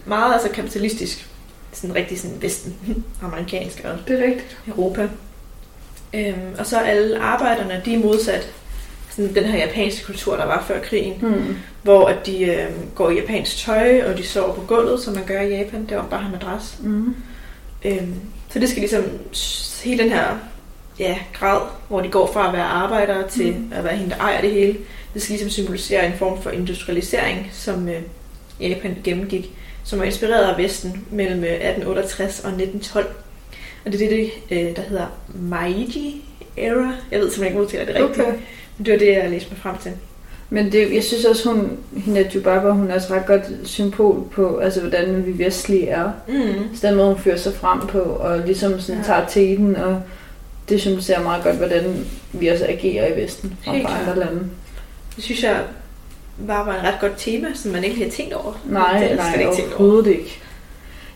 Speaker 2: meget altså kapitalistisk. Sådan rigtig sådan vesten, amerikansk og
Speaker 1: Det er rigtigt.
Speaker 2: Europa. Øhm, og så er alle arbejderne, de er modsat sådan den her japanske kultur, der var før krigen,
Speaker 1: Mm.
Speaker 2: hvor at de øhm, går i japansk tøj, og de sover på gulvet, som man gør i Japan, der bare har madras.
Speaker 1: Mm.
Speaker 2: Øhm, så det skal ligesom s- hele den her ja, grad, hvor de går fra at være arbejdere til
Speaker 1: Mm.
Speaker 2: mm. at være hende, der ejer det hele, det skal ligesom symbolisere en form for industrialisering, som øh, Japan gennemgik, som var inspireret af Vesten mellem øh, 1868 og 1912. Og det er det, øh, der hedder Meiji Era. Jeg ved simpelthen ikke, om jeg udtaler det rigtigt.
Speaker 1: Okay.
Speaker 2: Men det var det, jeg læste mig frem til.
Speaker 1: Men det, jeg synes også, hun, hende der Jubaba, hun er også ret godt symbol på, altså hvordan vi vestlige er.
Speaker 2: Mm.
Speaker 1: Så den måde, hun fører sig frem på, og ligesom sådan ja.
Speaker 2: Ja.
Speaker 1: tager teten, og det symboliserer meget godt, hvordan vi også agerer i Vesten fra
Speaker 2: Helt
Speaker 1: fra
Speaker 2: klart.
Speaker 1: andre lande.
Speaker 2: Det synes jeg bare var et ret godt tema, som man ikke lige har tænkt over. det
Speaker 1: Nej,
Speaker 2: har jeg slet
Speaker 1: nej,
Speaker 2: ikke tænkt over.
Speaker 1: overhovedet ikke.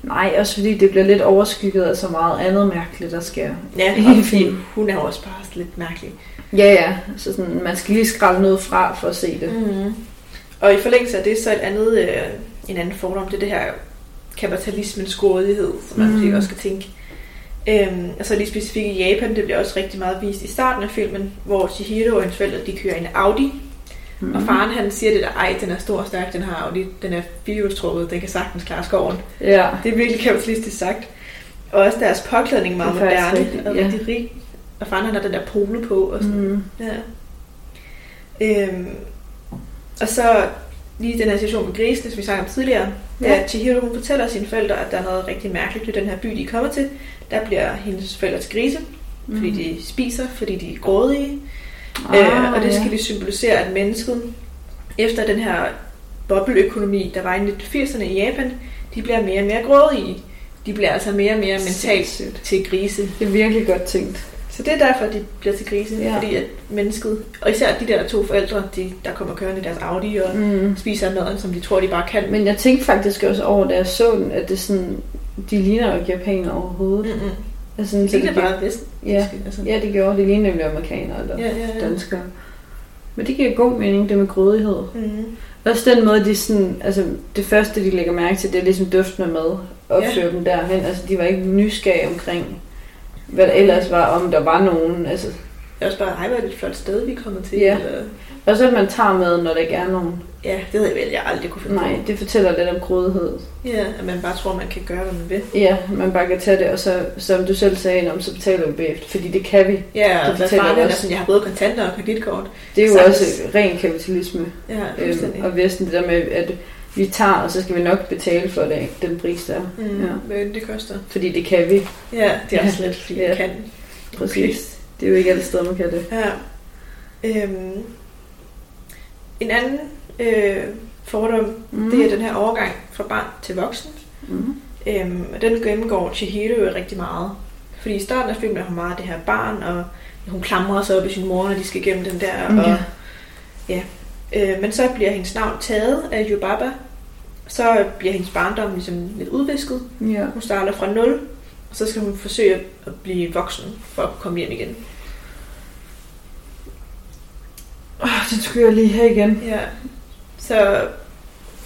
Speaker 1: Nej, også fordi det bliver lidt overskygget af så meget andet mærkeligt, der sker.
Speaker 2: Ja,
Speaker 1: Helt
Speaker 2: og fordi
Speaker 1: fint.
Speaker 2: hun er jo også bare sådan lidt mærkelig.
Speaker 1: Ja, ja, så sådan, man skal lige skralde noget fra for at se det.
Speaker 2: Mm. Og i forlængelse af det, så et andet, øh, en anden fordom, det er det her kapitalismens grådighed, som man
Speaker 1: Mm.
Speaker 2: mm. måske også skal tænke, Øhm, altså lige specifikt i Japan, det bliver også rigtig meget vist i starten af filmen, hvor Chihiro og hendes forældre, de kører en Audi, mm. og
Speaker 1: Mm-hmm.
Speaker 2: faren han siger det der, ej, den er stor og stærk, den her Audi, den er firehjulstrukket, den kan sagtens klare skoven.
Speaker 1: Ja.
Speaker 2: Det er virkelig kapitalistisk sagt. Og også deres påklædning er meget
Speaker 1: Det er faktisk
Speaker 2: moderne
Speaker 1: rigtigt,
Speaker 2: og
Speaker 1: ja.
Speaker 2: rigtig rig. Og faren han har den der polo på og sådan
Speaker 1: Mm.
Speaker 2: Ja. Øhm, og så lige den her situation med grisene, som vi snakkede om tidligere,
Speaker 1: Ja.
Speaker 2: ja. da Chihiro hun fortæller sine forældre, at der er noget rigtig mærkeligt ved den her by, de kommer til. Der bliver hendes forældre til grise, mm. fordi de spiser, fordi de er grådige. Ah, øh, og det skal
Speaker 1: Mm. ja.
Speaker 2: de symbolisere, at mennesket efter den her bobleøkonomi, der var i 1980'erne i Japan, de bliver mere og mere grådige. De bliver altså mere og mere mentalt
Speaker 1: Sindssygt.
Speaker 2: til grise.
Speaker 1: Det er virkelig godt tænkt.
Speaker 2: Så det er derfor, de bliver til grise,
Speaker 1: Ja.
Speaker 2: ja. fordi at mennesket, og især de der to forældre, de, der kommer kørende i deres Audi og
Speaker 1: Mm.
Speaker 2: spiser maden, som de tror, de bare kan.
Speaker 1: Men jeg tænkte faktisk også over, da jeg så den, at det sådan, de ligner jo ikke japanere overhovedet.
Speaker 2: Mm-mm.
Speaker 1: Altså, sådan,
Speaker 2: Det er
Speaker 1: gi-
Speaker 2: bare vest.
Speaker 1: Ja.
Speaker 2: Altså.
Speaker 1: ja, det gjorde. Det ligner nemlig amerikanere eller
Speaker 2: ja, ja, ja.
Speaker 1: danskere. Men det giver god mening, det med grådighed.
Speaker 2: Mm.
Speaker 1: Også den måde, de sådan, altså det første, de lægger mærke til, det er ligesom duften af mad, opsøger ja. dem derhen. Altså, de var ikke nysgerrige omkring, hvad der ellers var, om der var nogen. Altså,
Speaker 2: Det er også bare, ej, hvor er det et flot sted, vi er kommet til.
Speaker 1: Ja.
Speaker 2: Eller,
Speaker 1: og så at man tager med, når der ikke er nogen.
Speaker 2: ja, det havde jeg vel, jeg aldrig kunne finde
Speaker 1: Nej,
Speaker 2: på.
Speaker 1: det fortæller lidt om grådighed.
Speaker 2: Ja, at man bare tror, man kan gøre, hvad man vil.
Speaker 1: Ja, man bare kan tage det, og så, som du selv sagde, om, så betaler vi bagefter, fordi det kan vi.
Speaker 2: Ja,
Speaker 1: Det
Speaker 2: og hvad
Speaker 1: fortæller
Speaker 2: faren er
Speaker 1: også-
Speaker 2: sådan, jeg har både kontanter og kreditkort.
Speaker 1: Det er jo
Speaker 2: Sagtens.
Speaker 1: også ren kapitalisme,
Speaker 2: Ja, fuldstændig.
Speaker 1: øhm, og vesten det der med, at vi tager, og så skal vi nok betale for det, den pris der. er.
Speaker 2: Mm,
Speaker 1: ja.
Speaker 2: ja. Hvad end det koster.
Speaker 1: Fordi det kan vi,
Speaker 2: Ja, det er
Speaker 1: Ja.
Speaker 2: også lidt, fordi
Speaker 1: Ja.
Speaker 2: ja. kan.
Speaker 1: præcis. Okay. Det er jo ikke alle steder, man kan det.
Speaker 2: Ja. Øhm. En anden øh, fordom,
Speaker 1: Mm.
Speaker 2: Det er den her overgang fra barn til voksen.
Speaker 1: Mm.
Speaker 2: Øhm, og den gennemgår Chihiro jo rigtig meget. Fordi i starten af filmen er hun meget det her barn, og hun klamrer sig op i sin mor, når de skal igennem den der.
Speaker 1: Ja.
Speaker 2: Og, ja. Øh, men så bliver hendes navn taget af Yubaba. Så bliver hendes barndom ligesom lidt udvisket.
Speaker 1: Ja.
Speaker 2: Hun starter fra 0, og så skal hun forsøge at blive voksen for at komme hjem igen.
Speaker 1: Oh, det skulle jeg lige have igen.
Speaker 2: Ja. Så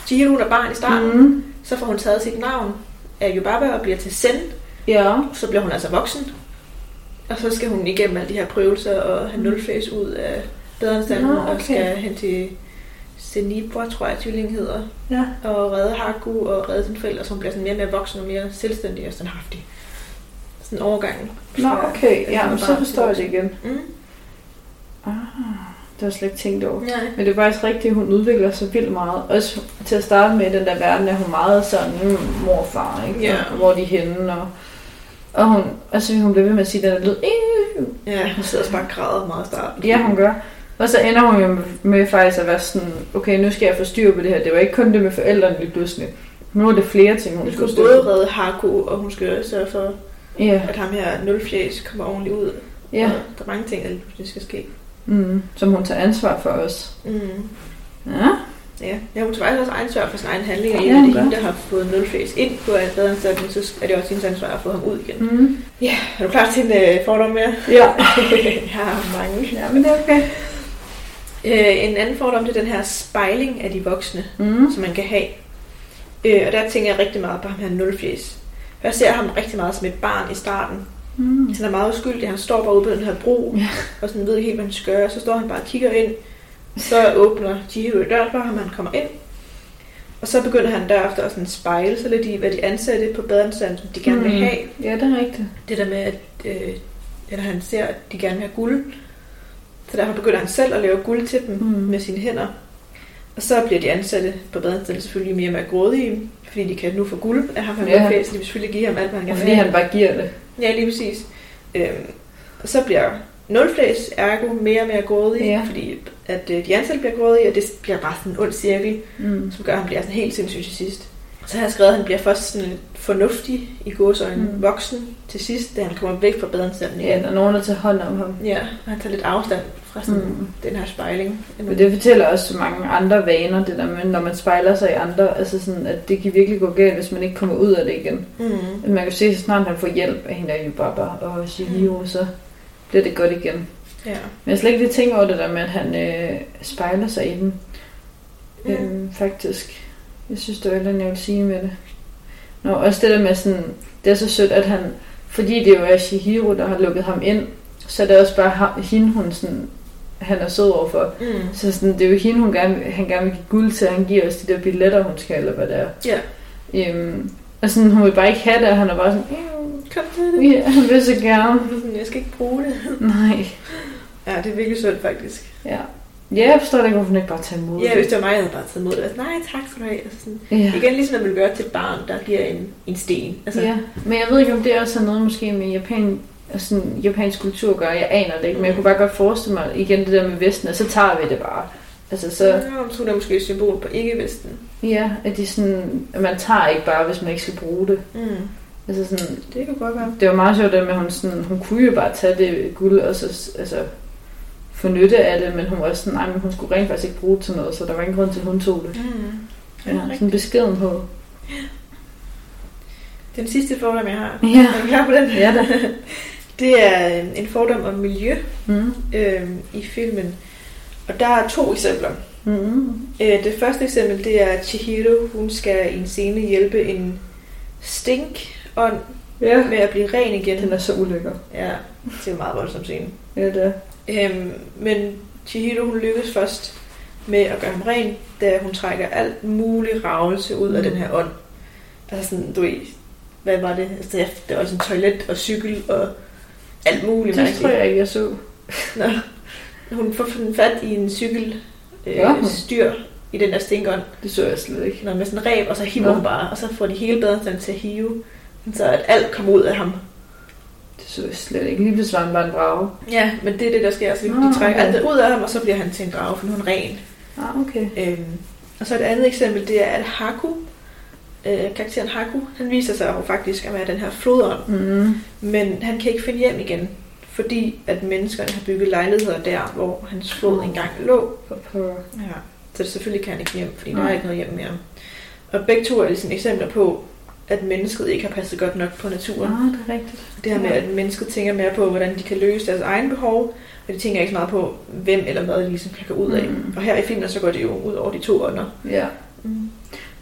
Speaker 2: Chihiro hun er barn i starten, mm.
Speaker 1: Mm.
Speaker 2: så får hun taget sit navn af Yubaba og bliver til Zen.
Speaker 1: Ja.
Speaker 2: Så bliver hun altså voksen. Og så skal hun igennem alle de her prøvelser og have nulface ud af badeanstalten
Speaker 1: Nå,
Speaker 2: no,
Speaker 1: okay.
Speaker 2: okay. og skal hen til Senibra, tror jeg, tvillingen hedder,
Speaker 1: Ja.
Speaker 2: og redde Haku og redde sine forældre, så hun bliver sådan mere og mere voksen og mere selvstændig og standhaftig. Sådan overgangen.
Speaker 1: Nå,
Speaker 2: fra-
Speaker 1: okay.
Speaker 2: at
Speaker 1: Ja,
Speaker 2: hun er
Speaker 1: men så
Speaker 2: barn til
Speaker 1: forstår jeg det
Speaker 2: voksen.
Speaker 1: igen.
Speaker 2: Mm.
Speaker 1: Det har jeg slet ikke tænkt over.
Speaker 2: Nej.
Speaker 1: Men det er faktisk rigtigt, hun udvikler sig vildt meget. Også til at starte med i den der verden, er hun meget sådan mm, mor og far, ikke?
Speaker 2: Ja.
Speaker 1: Og Hvor er de henne, og... Og hun, altså hun bliver ved med at sige den der lyd. "Øh."
Speaker 2: Ja, hun sidder også bare og græder meget i starten.
Speaker 1: Ja, hun gør. Og så ender hun jo med faktisk at være sådan, okay, nu skal jeg få styr på det her. Det var ikke kun det med forældrene lige pludselig. Nu er det flere ting, hun,
Speaker 2: Hun
Speaker 1: skal
Speaker 2: skal
Speaker 1: styr
Speaker 2: både
Speaker 1: på.
Speaker 2: redde Haku, og hun skal også sørge for,
Speaker 1: Ja,
Speaker 2: at ham her nulfjæs kommer ordentligt ud.
Speaker 1: ja.
Speaker 2: Og der er mange ting, der lige pludselig skal ske.
Speaker 1: Mm, som hun tager ansvar for os.
Speaker 2: Mm.
Speaker 1: Ja.
Speaker 2: Ja, ja hun tager faktisk også ansvar for sin egen handling, og
Speaker 1: Ja,
Speaker 2: ja, det
Speaker 1: hun
Speaker 2: er
Speaker 1: gør.
Speaker 2: hende, der har fået nulface ind på en badeanstalten, så er det også hendes ansvar at få ham ud igen.
Speaker 1: Mm.
Speaker 2: Er du klar til en øh, fordom mere?
Speaker 1: Ja.
Speaker 2: Jeg har mange.
Speaker 1: ja, men det er okay.
Speaker 2: Øh, en anden fordom, det er den her spejling af de voksne,
Speaker 1: Mm.
Speaker 2: som man kan have. Øh, og der tænker jeg rigtig meget på ham her nulface. Jeg ser ham rigtig meget som et barn i starten.
Speaker 1: Mm.
Speaker 2: Så han er meget uskyldig, han står bare ude på den her bro,
Speaker 1: Ja.
Speaker 2: ja. og sådan ved ikke helt, hvad han skal gøre. Så står han bare og kigger ind, så åbner Chihiro døren for ham, og han kommer ind. Og så begynder han derefter at sådan spejle sig lidt i, hvad de ansatte på badeanstalten, de gerne vil
Speaker 1: Mm.
Speaker 2: have.
Speaker 1: Ja, det er rigtigt.
Speaker 2: Det der med, at øh, eller han ser, at de gerne vil have guld. Så derfor begynder han selv at lave guld til dem
Speaker 1: Mm.
Speaker 2: mm. med sine hænder. Og så bliver de ansatte på badeanstalten selvfølgelig mere og mere grådige, fordi de kan nu få guld af ham, han
Speaker 1: Ja.
Speaker 2: ja. så de vil selvfølgelig give ham alt, hvad han
Speaker 1: Og
Speaker 2: gerne
Speaker 1: fordi
Speaker 2: vil have.
Speaker 1: han bare giver det.
Speaker 2: Ja, lige præcis. Øhm, og så bliver nulflæs ergo mere og mere grådige,
Speaker 1: Ja.
Speaker 2: ja. fordi at øh, de ansatte bliver grådige, og det bliver bare sådan en ond cirkel,
Speaker 1: Mm.
Speaker 2: som gør, at han bliver sådan helt sindssyg til sidst. Så har jeg skrevet, at han bliver først sådan lidt fornuftig i gåsøjne,
Speaker 1: Mm.
Speaker 2: mm. voksen til sidst, da han kommer væk fra badeanstalten
Speaker 1: Ja,
Speaker 2: igen.
Speaker 1: der er nogen, der tager hånd om ham.
Speaker 2: Ja, og han tager lidt afstand fra sådan mm.
Speaker 1: Mm.
Speaker 2: den her spejling.
Speaker 1: Men det fortæller også så mange andre vaner, det der med, når man spejler sig i andre, altså sådan, at det kan virkelig gå galt, hvis man ikke kommer ud af det igen.
Speaker 2: Mm.
Speaker 1: Men man kan jo se, så snart han får hjælp af hende der Yubaba og Shihiro, så bliver det godt igen.
Speaker 2: Ja.
Speaker 1: Men jeg har slet ikke lige tænkt over det der med, at han øh, spejler sig i dem, mm.
Speaker 2: Mm.
Speaker 1: øhm, faktisk. Jeg synes, det var et eller andet, jeg ville sige med det. Nå, også det der med sådan, det er så sødt, at han fordi det jo er Shihiro, der har lukket ham ind, så er det også bare ham, hende, hun sådan, han er sød overfor.
Speaker 2: Mm.
Speaker 1: Så sådan, det er jo hende, hun gerne, vil- han gerne vil give guld til, og han giver os de der billetter, hun skal, eller hvad det er.
Speaker 2: Ja.
Speaker 1: Øhm, og sådan, hun vil bare ikke have det, og han er bare sådan, "Ew,
Speaker 2: Mm. Kom til det.
Speaker 1: ja, han vil så gerne.
Speaker 2: Jeg skal ikke bruge det.
Speaker 1: Nej.
Speaker 2: Ja, det er virkelig sødt faktisk.
Speaker 1: Ja. Ja, jeg forstår da ikke, hvorfor hun ikke bare tager imod
Speaker 2: Ja,
Speaker 1: det.
Speaker 2: hvis det var mig, jeg havde bare taget imod det. Altså, nej, tak skal du have. Altså, sådan.
Speaker 1: Ja.
Speaker 2: Igen, ligesom man ville gøre til et barn, der giver en, en sten.
Speaker 1: Altså.
Speaker 2: Altså,
Speaker 1: Ja, men jeg ved ikke, om det også har noget måske med japan, altså sådan, japansk kultur at gøre. Jeg aner det ikke, men jeg kunne bare godt forestille mig igen det der med Vesten, og så tager vi det bare. Altså
Speaker 2: så...
Speaker 1: så,
Speaker 2: Ja, så er det måske et symbol på ikke-vesten.
Speaker 1: ja, at de sådan, at man tager ikke bare, hvis man ikke skal bruge det.
Speaker 2: Mm.
Speaker 1: Altså sådan,
Speaker 2: Det kan godt være.
Speaker 1: det var meget sjovt det med, at hun, sådan, hun kunne jo bare tage det guld og så altså, få nytte af det, men hun var også sådan, nej, men hun skulle rent faktisk ikke bruge det til noget, så der var ingen grund til, at hun tog det.
Speaker 2: Mm. Ja,
Speaker 1: Ja,
Speaker 2: rigtigt.
Speaker 1: sådan beskeden på.
Speaker 2: Den sidste fordom, jeg har.
Speaker 1: Ja,
Speaker 2: Er du klar på den?
Speaker 1: ja da.
Speaker 2: Det er øh, en fordom om miljø
Speaker 1: Mm.
Speaker 2: øh, i filmen. Og der er to eksempler.
Speaker 1: Mm.
Speaker 2: Øh, det første eksempel, det er Chihiro. Hun skal i en scene hjælpe en stinkånd
Speaker 1: Ja.
Speaker 2: med at blive ren igen.
Speaker 1: Den er så ulykker.
Speaker 2: Ja, det er en meget voldsom scene.
Speaker 1: Ja, det er.
Speaker 2: Øhm, men Chihiro, hun lykkes først med at gøre ham ren, da hun trækker alt mulig ravelse ud af
Speaker 1: Mm.
Speaker 2: den her ånd. Altså sådan, du ved, hvad var det? Altså, ja, det var sådan toilet og cykel og alt muligt
Speaker 1: Det tror jeg ikke, jeg så.
Speaker 2: Hun får sådan fat i en cykel øh,
Speaker 1: Gør hun?
Speaker 2: styr i den der stinkånd,
Speaker 1: Det så jeg slet ikke.
Speaker 2: når med sådan en ræb, og så hiver
Speaker 1: Nå.
Speaker 2: hun bare, og så får de hele baderne til at hive, så at alt kommer ud af ham.
Speaker 1: Det så jeg slet ikke. Lige pludselig var han bare en drage.
Speaker 2: Ja, men det er det, der sker. Så de,
Speaker 1: Nå,
Speaker 2: de trækker
Speaker 1: Ah, okay.
Speaker 2: alt det ud af ham, og så bliver han til en drage, for nu er han ren.
Speaker 1: Ah, okay.
Speaker 2: Øhm, og så et andet eksempel, det er, at Haku, øh, karakteren Haku, han viser sig jo faktisk at være den her flodånd,
Speaker 1: Mm.
Speaker 2: men han kan ikke finde hjem igen, fordi at menneskerne har bygget lejligheder der, hvor hans flod engang lå.
Speaker 1: For pokker.
Speaker 2: Ja. Så selvfølgelig kan han ikke hjem, fordi der er
Speaker 1: Nej.
Speaker 2: ikke noget hjem mere. Og begge to er ligesom eksempler på, at mennesket ikke har passet godt nok på naturen.
Speaker 1: Ah, det er rigtigt.
Speaker 2: Det her med, at mennesket tænker mere på, hvordan de kan løse deres egen behov, og de tænker ikke så meget på, hvem eller hvad de ligesom kan gå ud af.
Speaker 1: Mm.
Speaker 2: Og her i filmen, så går det jo ud over de to ånder.
Speaker 1: Ja.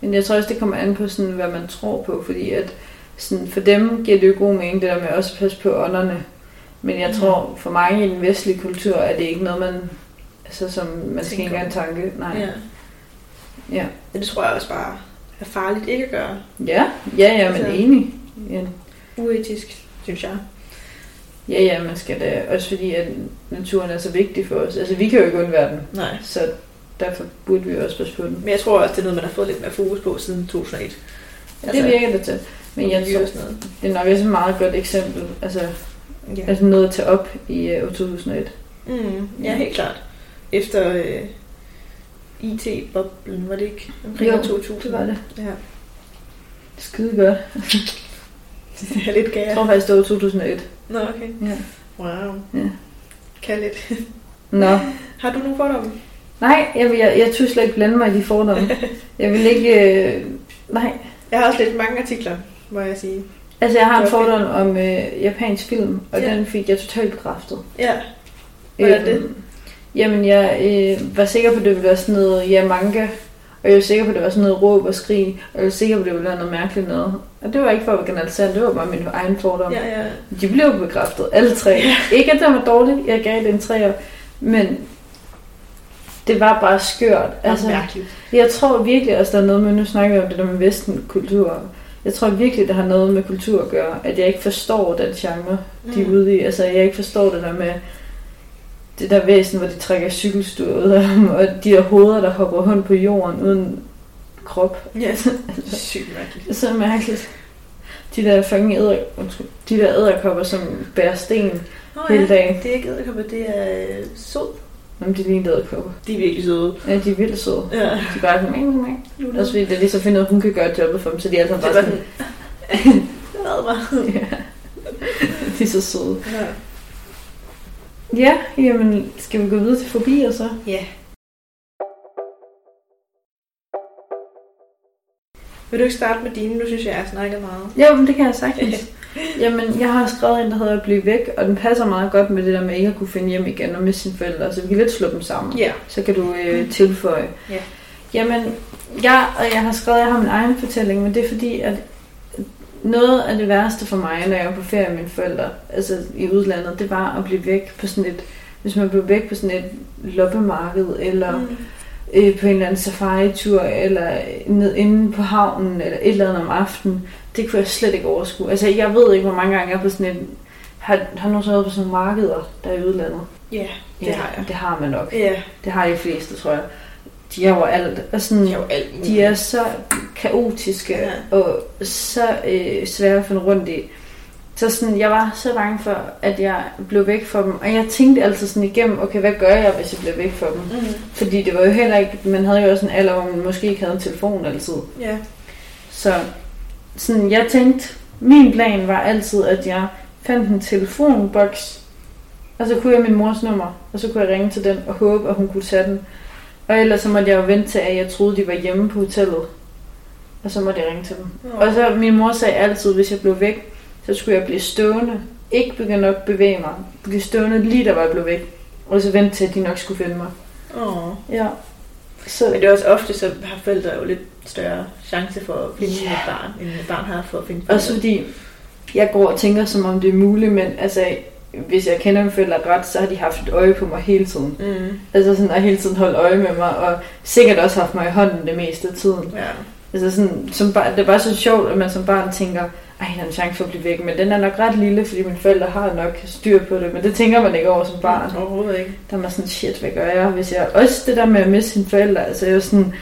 Speaker 1: Men jeg tror også, det kommer an på, sådan, hvad man tror på. Fordi at sådan, for dem giver det jo god mening, det der med også at passe på ånderne. Men jeg
Speaker 2: Mm.
Speaker 1: tror, for mange i den vestlige kultur, er det ikke noget, man... Altså, som man skal
Speaker 2: Tænker
Speaker 1: ikke engang tanke. Nej.
Speaker 2: Ja.
Speaker 1: Ja.
Speaker 2: Men det tror jeg også bare er farligt ikke at gøre.
Speaker 1: Ja, ja, ja men
Speaker 2: Altså-
Speaker 1: enig. Ja.
Speaker 2: Uetisk, synes jeg.
Speaker 1: ja, ja, man skal da. Også fordi, at naturen er så vigtig for os. Altså, vi kan jo ikke undvære den.
Speaker 2: Nej.
Speaker 1: Så derfor burde vi også passe på den.
Speaker 2: Men jeg tror også, det er noget, man har fået lidt mere fokus på siden 2001.
Speaker 1: Altså, det virker det til. Men jeg
Speaker 2: miljø og
Speaker 1: tror,
Speaker 2: sådan noget.
Speaker 1: det er nok også et meget godt eksempel. Altså,
Speaker 2: Ja.
Speaker 1: altså noget at tage op i uh, 2001.
Speaker 2: Mm, ja,
Speaker 1: Ja.
Speaker 2: helt klart. Efter øh, IT-boblen, var det ikke? Omkring
Speaker 1: Jo,
Speaker 2: år 2000.
Speaker 1: Det var det.
Speaker 2: Ja.
Speaker 1: Skide godt.
Speaker 2: det er lidt
Speaker 1: Jeg
Speaker 2: gære.
Speaker 1: tror faktisk, det var 2001.
Speaker 2: Nå, okay.
Speaker 1: Ja.
Speaker 2: Wow.
Speaker 1: Ja.
Speaker 2: Kan lidt.
Speaker 1: Nå.
Speaker 2: Har du nogen fordomme?
Speaker 1: Nej, jeg, vil- jeg, jeg turde slet ikke blande mig i de fordomme. Jeg vil ikke... Øh, nej.
Speaker 2: Jeg har også lidt mange artikler, må jeg sige.
Speaker 1: Altså, jeg har en
Speaker 2: Det var
Speaker 1: fordom om øh, japansk film, og
Speaker 2: Ja.
Speaker 1: den fik jeg totalt bekræftet. Øh,
Speaker 2: Ja. Hvordan det?
Speaker 1: Jamen, jeg øh, var sikker på, at det ville være sådan noget ja, manga, og jeg var sikker på, at det var sådan noget råb og skrig, og jeg var sikker på, at det ville være noget mærkeligt noget. Og det var ikke for at generalisere, det var bare min egen fordom.
Speaker 2: Ja, ja.
Speaker 1: De blev bekræftet, alle tre. Ikke at det var dårligt, jeg gav det en træer, men det var bare skørt.
Speaker 2: Altså,
Speaker 1: Altså,
Speaker 2: mærkeligt.
Speaker 1: jeg tror virkelig også, der er noget med, nu snakker vi om det der med vestenkultur. Jeg tror virkelig, det har noget med kultur at gøre, at jeg ikke forstår den genre de
Speaker 2: Mm.
Speaker 1: er ude i. Altså, jeg ikke forstår det der med det der væsen, hvor de trækker cykelstuer ud af ham, og de der hoveder, der hopper rundt på jorden uden krop.
Speaker 2: Ja, sygt mærkeligt.
Speaker 1: Det er så mærkeligt. De der fucking æder, undskyld, de der æderkopper, som bærer sten
Speaker 2: Nå,
Speaker 1: hele dagen.
Speaker 2: Det er ikke æderkopper, det er øh, sod.
Speaker 1: Jamen, de ligner æderkopper.
Speaker 2: De er virkelig søde.
Speaker 1: Ja, de er vildt søde.
Speaker 2: Ja.
Speaker 1: De er bare sådan, mæng, mæng.
Speaker 2: Lulu.
Speaker 1: Også fordi, da de så finder ud, af, at hun kan gøre jobbet for dem, så de er alle
Speaker 2: det
Speaker 1: sammen
Speaker 2: var
Speaker 1: bare sådan,
Speaker 2: sådan... Hvad var
Speaker 1: de er så søde.
Speaker 2: ja.
Speaker 1: Ja, jamen, skal vi gå videre til fobier så?
Speaker 2: Vil du ikke starte med dine? Nu synes jeg, jeg har snakket meget.
Speaker 1: Jo, men det kan jeg sagtens. Jamen, jeg har skrevet en, der hedder at blive væk, og den passer meget godt med det der med ikke at kunne finde hjem igen og med sine forældre, så vi kan lidt slå dem sammen.
Speaker 2: Ja.
Speaker 1: Så kan du
Speaker 4: Mm.
Speaker 1: øh, tilføje.
Speaker 2: Ja.
Speaker 1: Jamen, jeg, og jeg har skrevet, at jeg har min egen fortælling, men det er fordi, at noget af det værste for mig, når jeg var på ferie med mine forældre, altså i udlandet, det var at blive væk på sådan et, hvis man blev væk på sådan et loppemarked, eller mm.
Speaker 4: Mm.
Speaker 1: øh, på en eller anden safari-tur, eller ned inde på havnen, eller et eller andet om aftenen. Det kunne jeg slet ikke overskue. Altså, jeg ved ikke, hvor mange gange jeg er på sådan et, har, har nogen så været på sådan nogle markeder, der er i udlandet?
Speaker 4: Ja, det har jeg.
Speaker 1: Det har man nok.
Speaker 4: Ja,
Speaker 1: Det har de fleste, tror jeg. De er jo alt. Og sådan,
Speaker 4: det er jo alt muligt.
Speaker 1: de Mm. er så kaotiske
Speaker 4: Ja.
Speaker 1: og så øh, svære at finde rundt i. Så sådan, jeg var så bange for, at jeg blev væk fra dem. Og jeg tænkte altid sådan igennem, okay, hvad gør jeg, hvis jeg bliver væk fra dem?
Speaker 4: Mm.
Speaker 1: Fordi det var jo heller ikke, man havde jo også en alder, hvor man måske ikke havde en telefon altid.
Speaker 4: Ja.
Speaker 1: Så sådan, jeg tænkte, min plan var altid, at jeg fandt en telefonboks, og så kunne jeg min mors nummer, og så kunne jeg ringe til den og håbe, at hun kunne tage den. Og ellers så måtte jeg jo vente til, at jeg troede, de var hjemme på hotellet. Og så måtte jeg ringe til dem. Og så min mor sagde altid, hvis jeg blev væk, så skulle jeg blive stående. Ikke begynde at bevæge mig. Blive stående lige der, hvor jeg blev væk. Og så vente til, at de nok skulle finde mig.
Speaker 4: Åh.
Speaker 1: Ja. Så
Speaker 2: Men det er også ofte, så har forældre jo lidt større chance for at finde
Speaker 1: Ja.
Speaker 2: yeah. et barn, end et barn har for at finde
Speaker 1: Også
Speaker 2: forældre.
Speaker 1: fordi, jeg går og tænker, som om det er muligt, men altså, hvis jeg kender mine forældre ret, så har de haft et øje på mig hele tiden.
Speaker 4: Mm.
Speaker 1: Altså sådan, og hele tiden holdt øje med mig, og sikkert også haft mig i hånden det meste af tiden.
Speaker 2: Ja.
Speaker 1: Altså sådan, som bar, det er bare så sjovt, at man som barn tænker, ej, der er en chance for at blive væk, men den er nok ret lille, fordi mine forældre har nok styr på det, men det tænker man ikke over som barn.
Speaker 4: Overhovedet ikke.
Speaker 1: Der er man sådan, shit, hvad gør jeg, hvis jeg... Også det der med at miste sine forældre, altså jeg er jo sådan,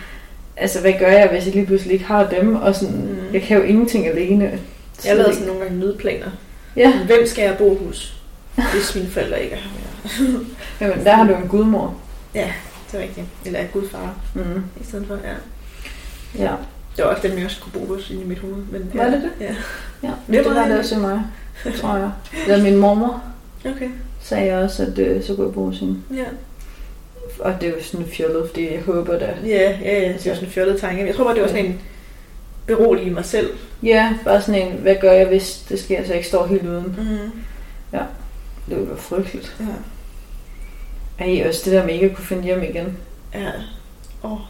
Speaker 1: altså hvad gør jeg, hvis jeg lige pludselig ikke har dem, og sådan,
Speaker 4: Mm.
Speaker 1: mm. jeg kan jo ingenting alene.
Speaker 2: Jeg lavede sådan nogle gange nødplaner.
Speaker 1: Ja.
Speaker 2: Hvem skal jeg bo hos, hvis mine forældre ikke er her? mere?
Speaker 1: Jamen, Øh, der har du en gudmor.
Speaker 2: Det er rigtigt. Eller er gudfar
Speaker 1: Mm.
Speaker 2: i stedet for, ja.
Speaker 1: Ja.
Speaker 2: Det var også dem, jeg også kunne bo hos inde i mit hoved. Men, ja.
Speaker 1: Var det det?
Speaker 2: Ja.
Speaker 1: ja.
Speaker 2: Det
Speaker 1: Det,
Speaker 2: var
Speaker 1: det var det
Speaker 2: hende.
Speaker 1: også i mig, tror jeg. Eller min mormor
Speaker 2: Okay.
Speaker 1: sagde jeg også, at øh, så kunne jeg bruge sin.
Speaker 2: Ja.
Speaker 1: Og det er jo sådan fjollet, fordi jeg håber da.
Speaker 2: Ja, ja, ja. Det var sådan en fjollet tanke. Jeg tror bare, det var sådan en berolige mig selv.
Speaker 1: Ja, bare sådan en, hvad gør jeg, hvis det sker, så jeg ikke står helt uden.
Speaker 2: Mm.
Speaker 1: Det ville være frygteligt.
Speaker 2: Ja.
Speaker 1: Ej, også det der med ikke at kunne finde hjem igen.
Speaker 2: Ja. Åh, det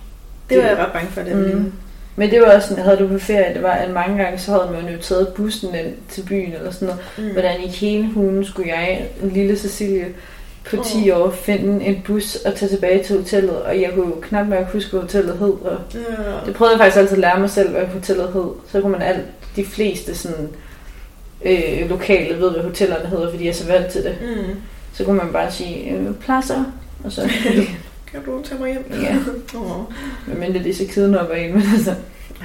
Speaker 1: Det-
Speaker 2: var jeg ret bange for, da
Speaker 1: Mm.
Speaker 2: mm.
Speaker 1: Men det var også sådan, havde du på ferie, det var, at mange gange så havde man jo taget bussen ind til byen eller sådan noget.
Speaker 2: Mm.
Speaker 1: Hvordan i hele hulen skulle jeg, en lille Cecilie, på 10 år, finde en bus og tage tilbage til hotellet, og jeg kunne jo knap nok huske, hvad hotellet hed. Og
Speaker 2: Ja.
Speaker 1: det prøvede jeg faktisk altid at lære mig selv, hvad hotellet hed. Så kunne man alt, de fleste sådan, øh, lokale ved, hvad hotellerne hedder, fordi jeg er så vant til det.
Speaker 2: Mm.
Speaker 1: Så kunne man bare sige, øh, pladser, og så,
Speaker 2: Kan du tage mig hjem?
Speaker 1: ja,
Speaker 2: Åh.
Speaker 1: medmindre de så kidnapper en, men altså,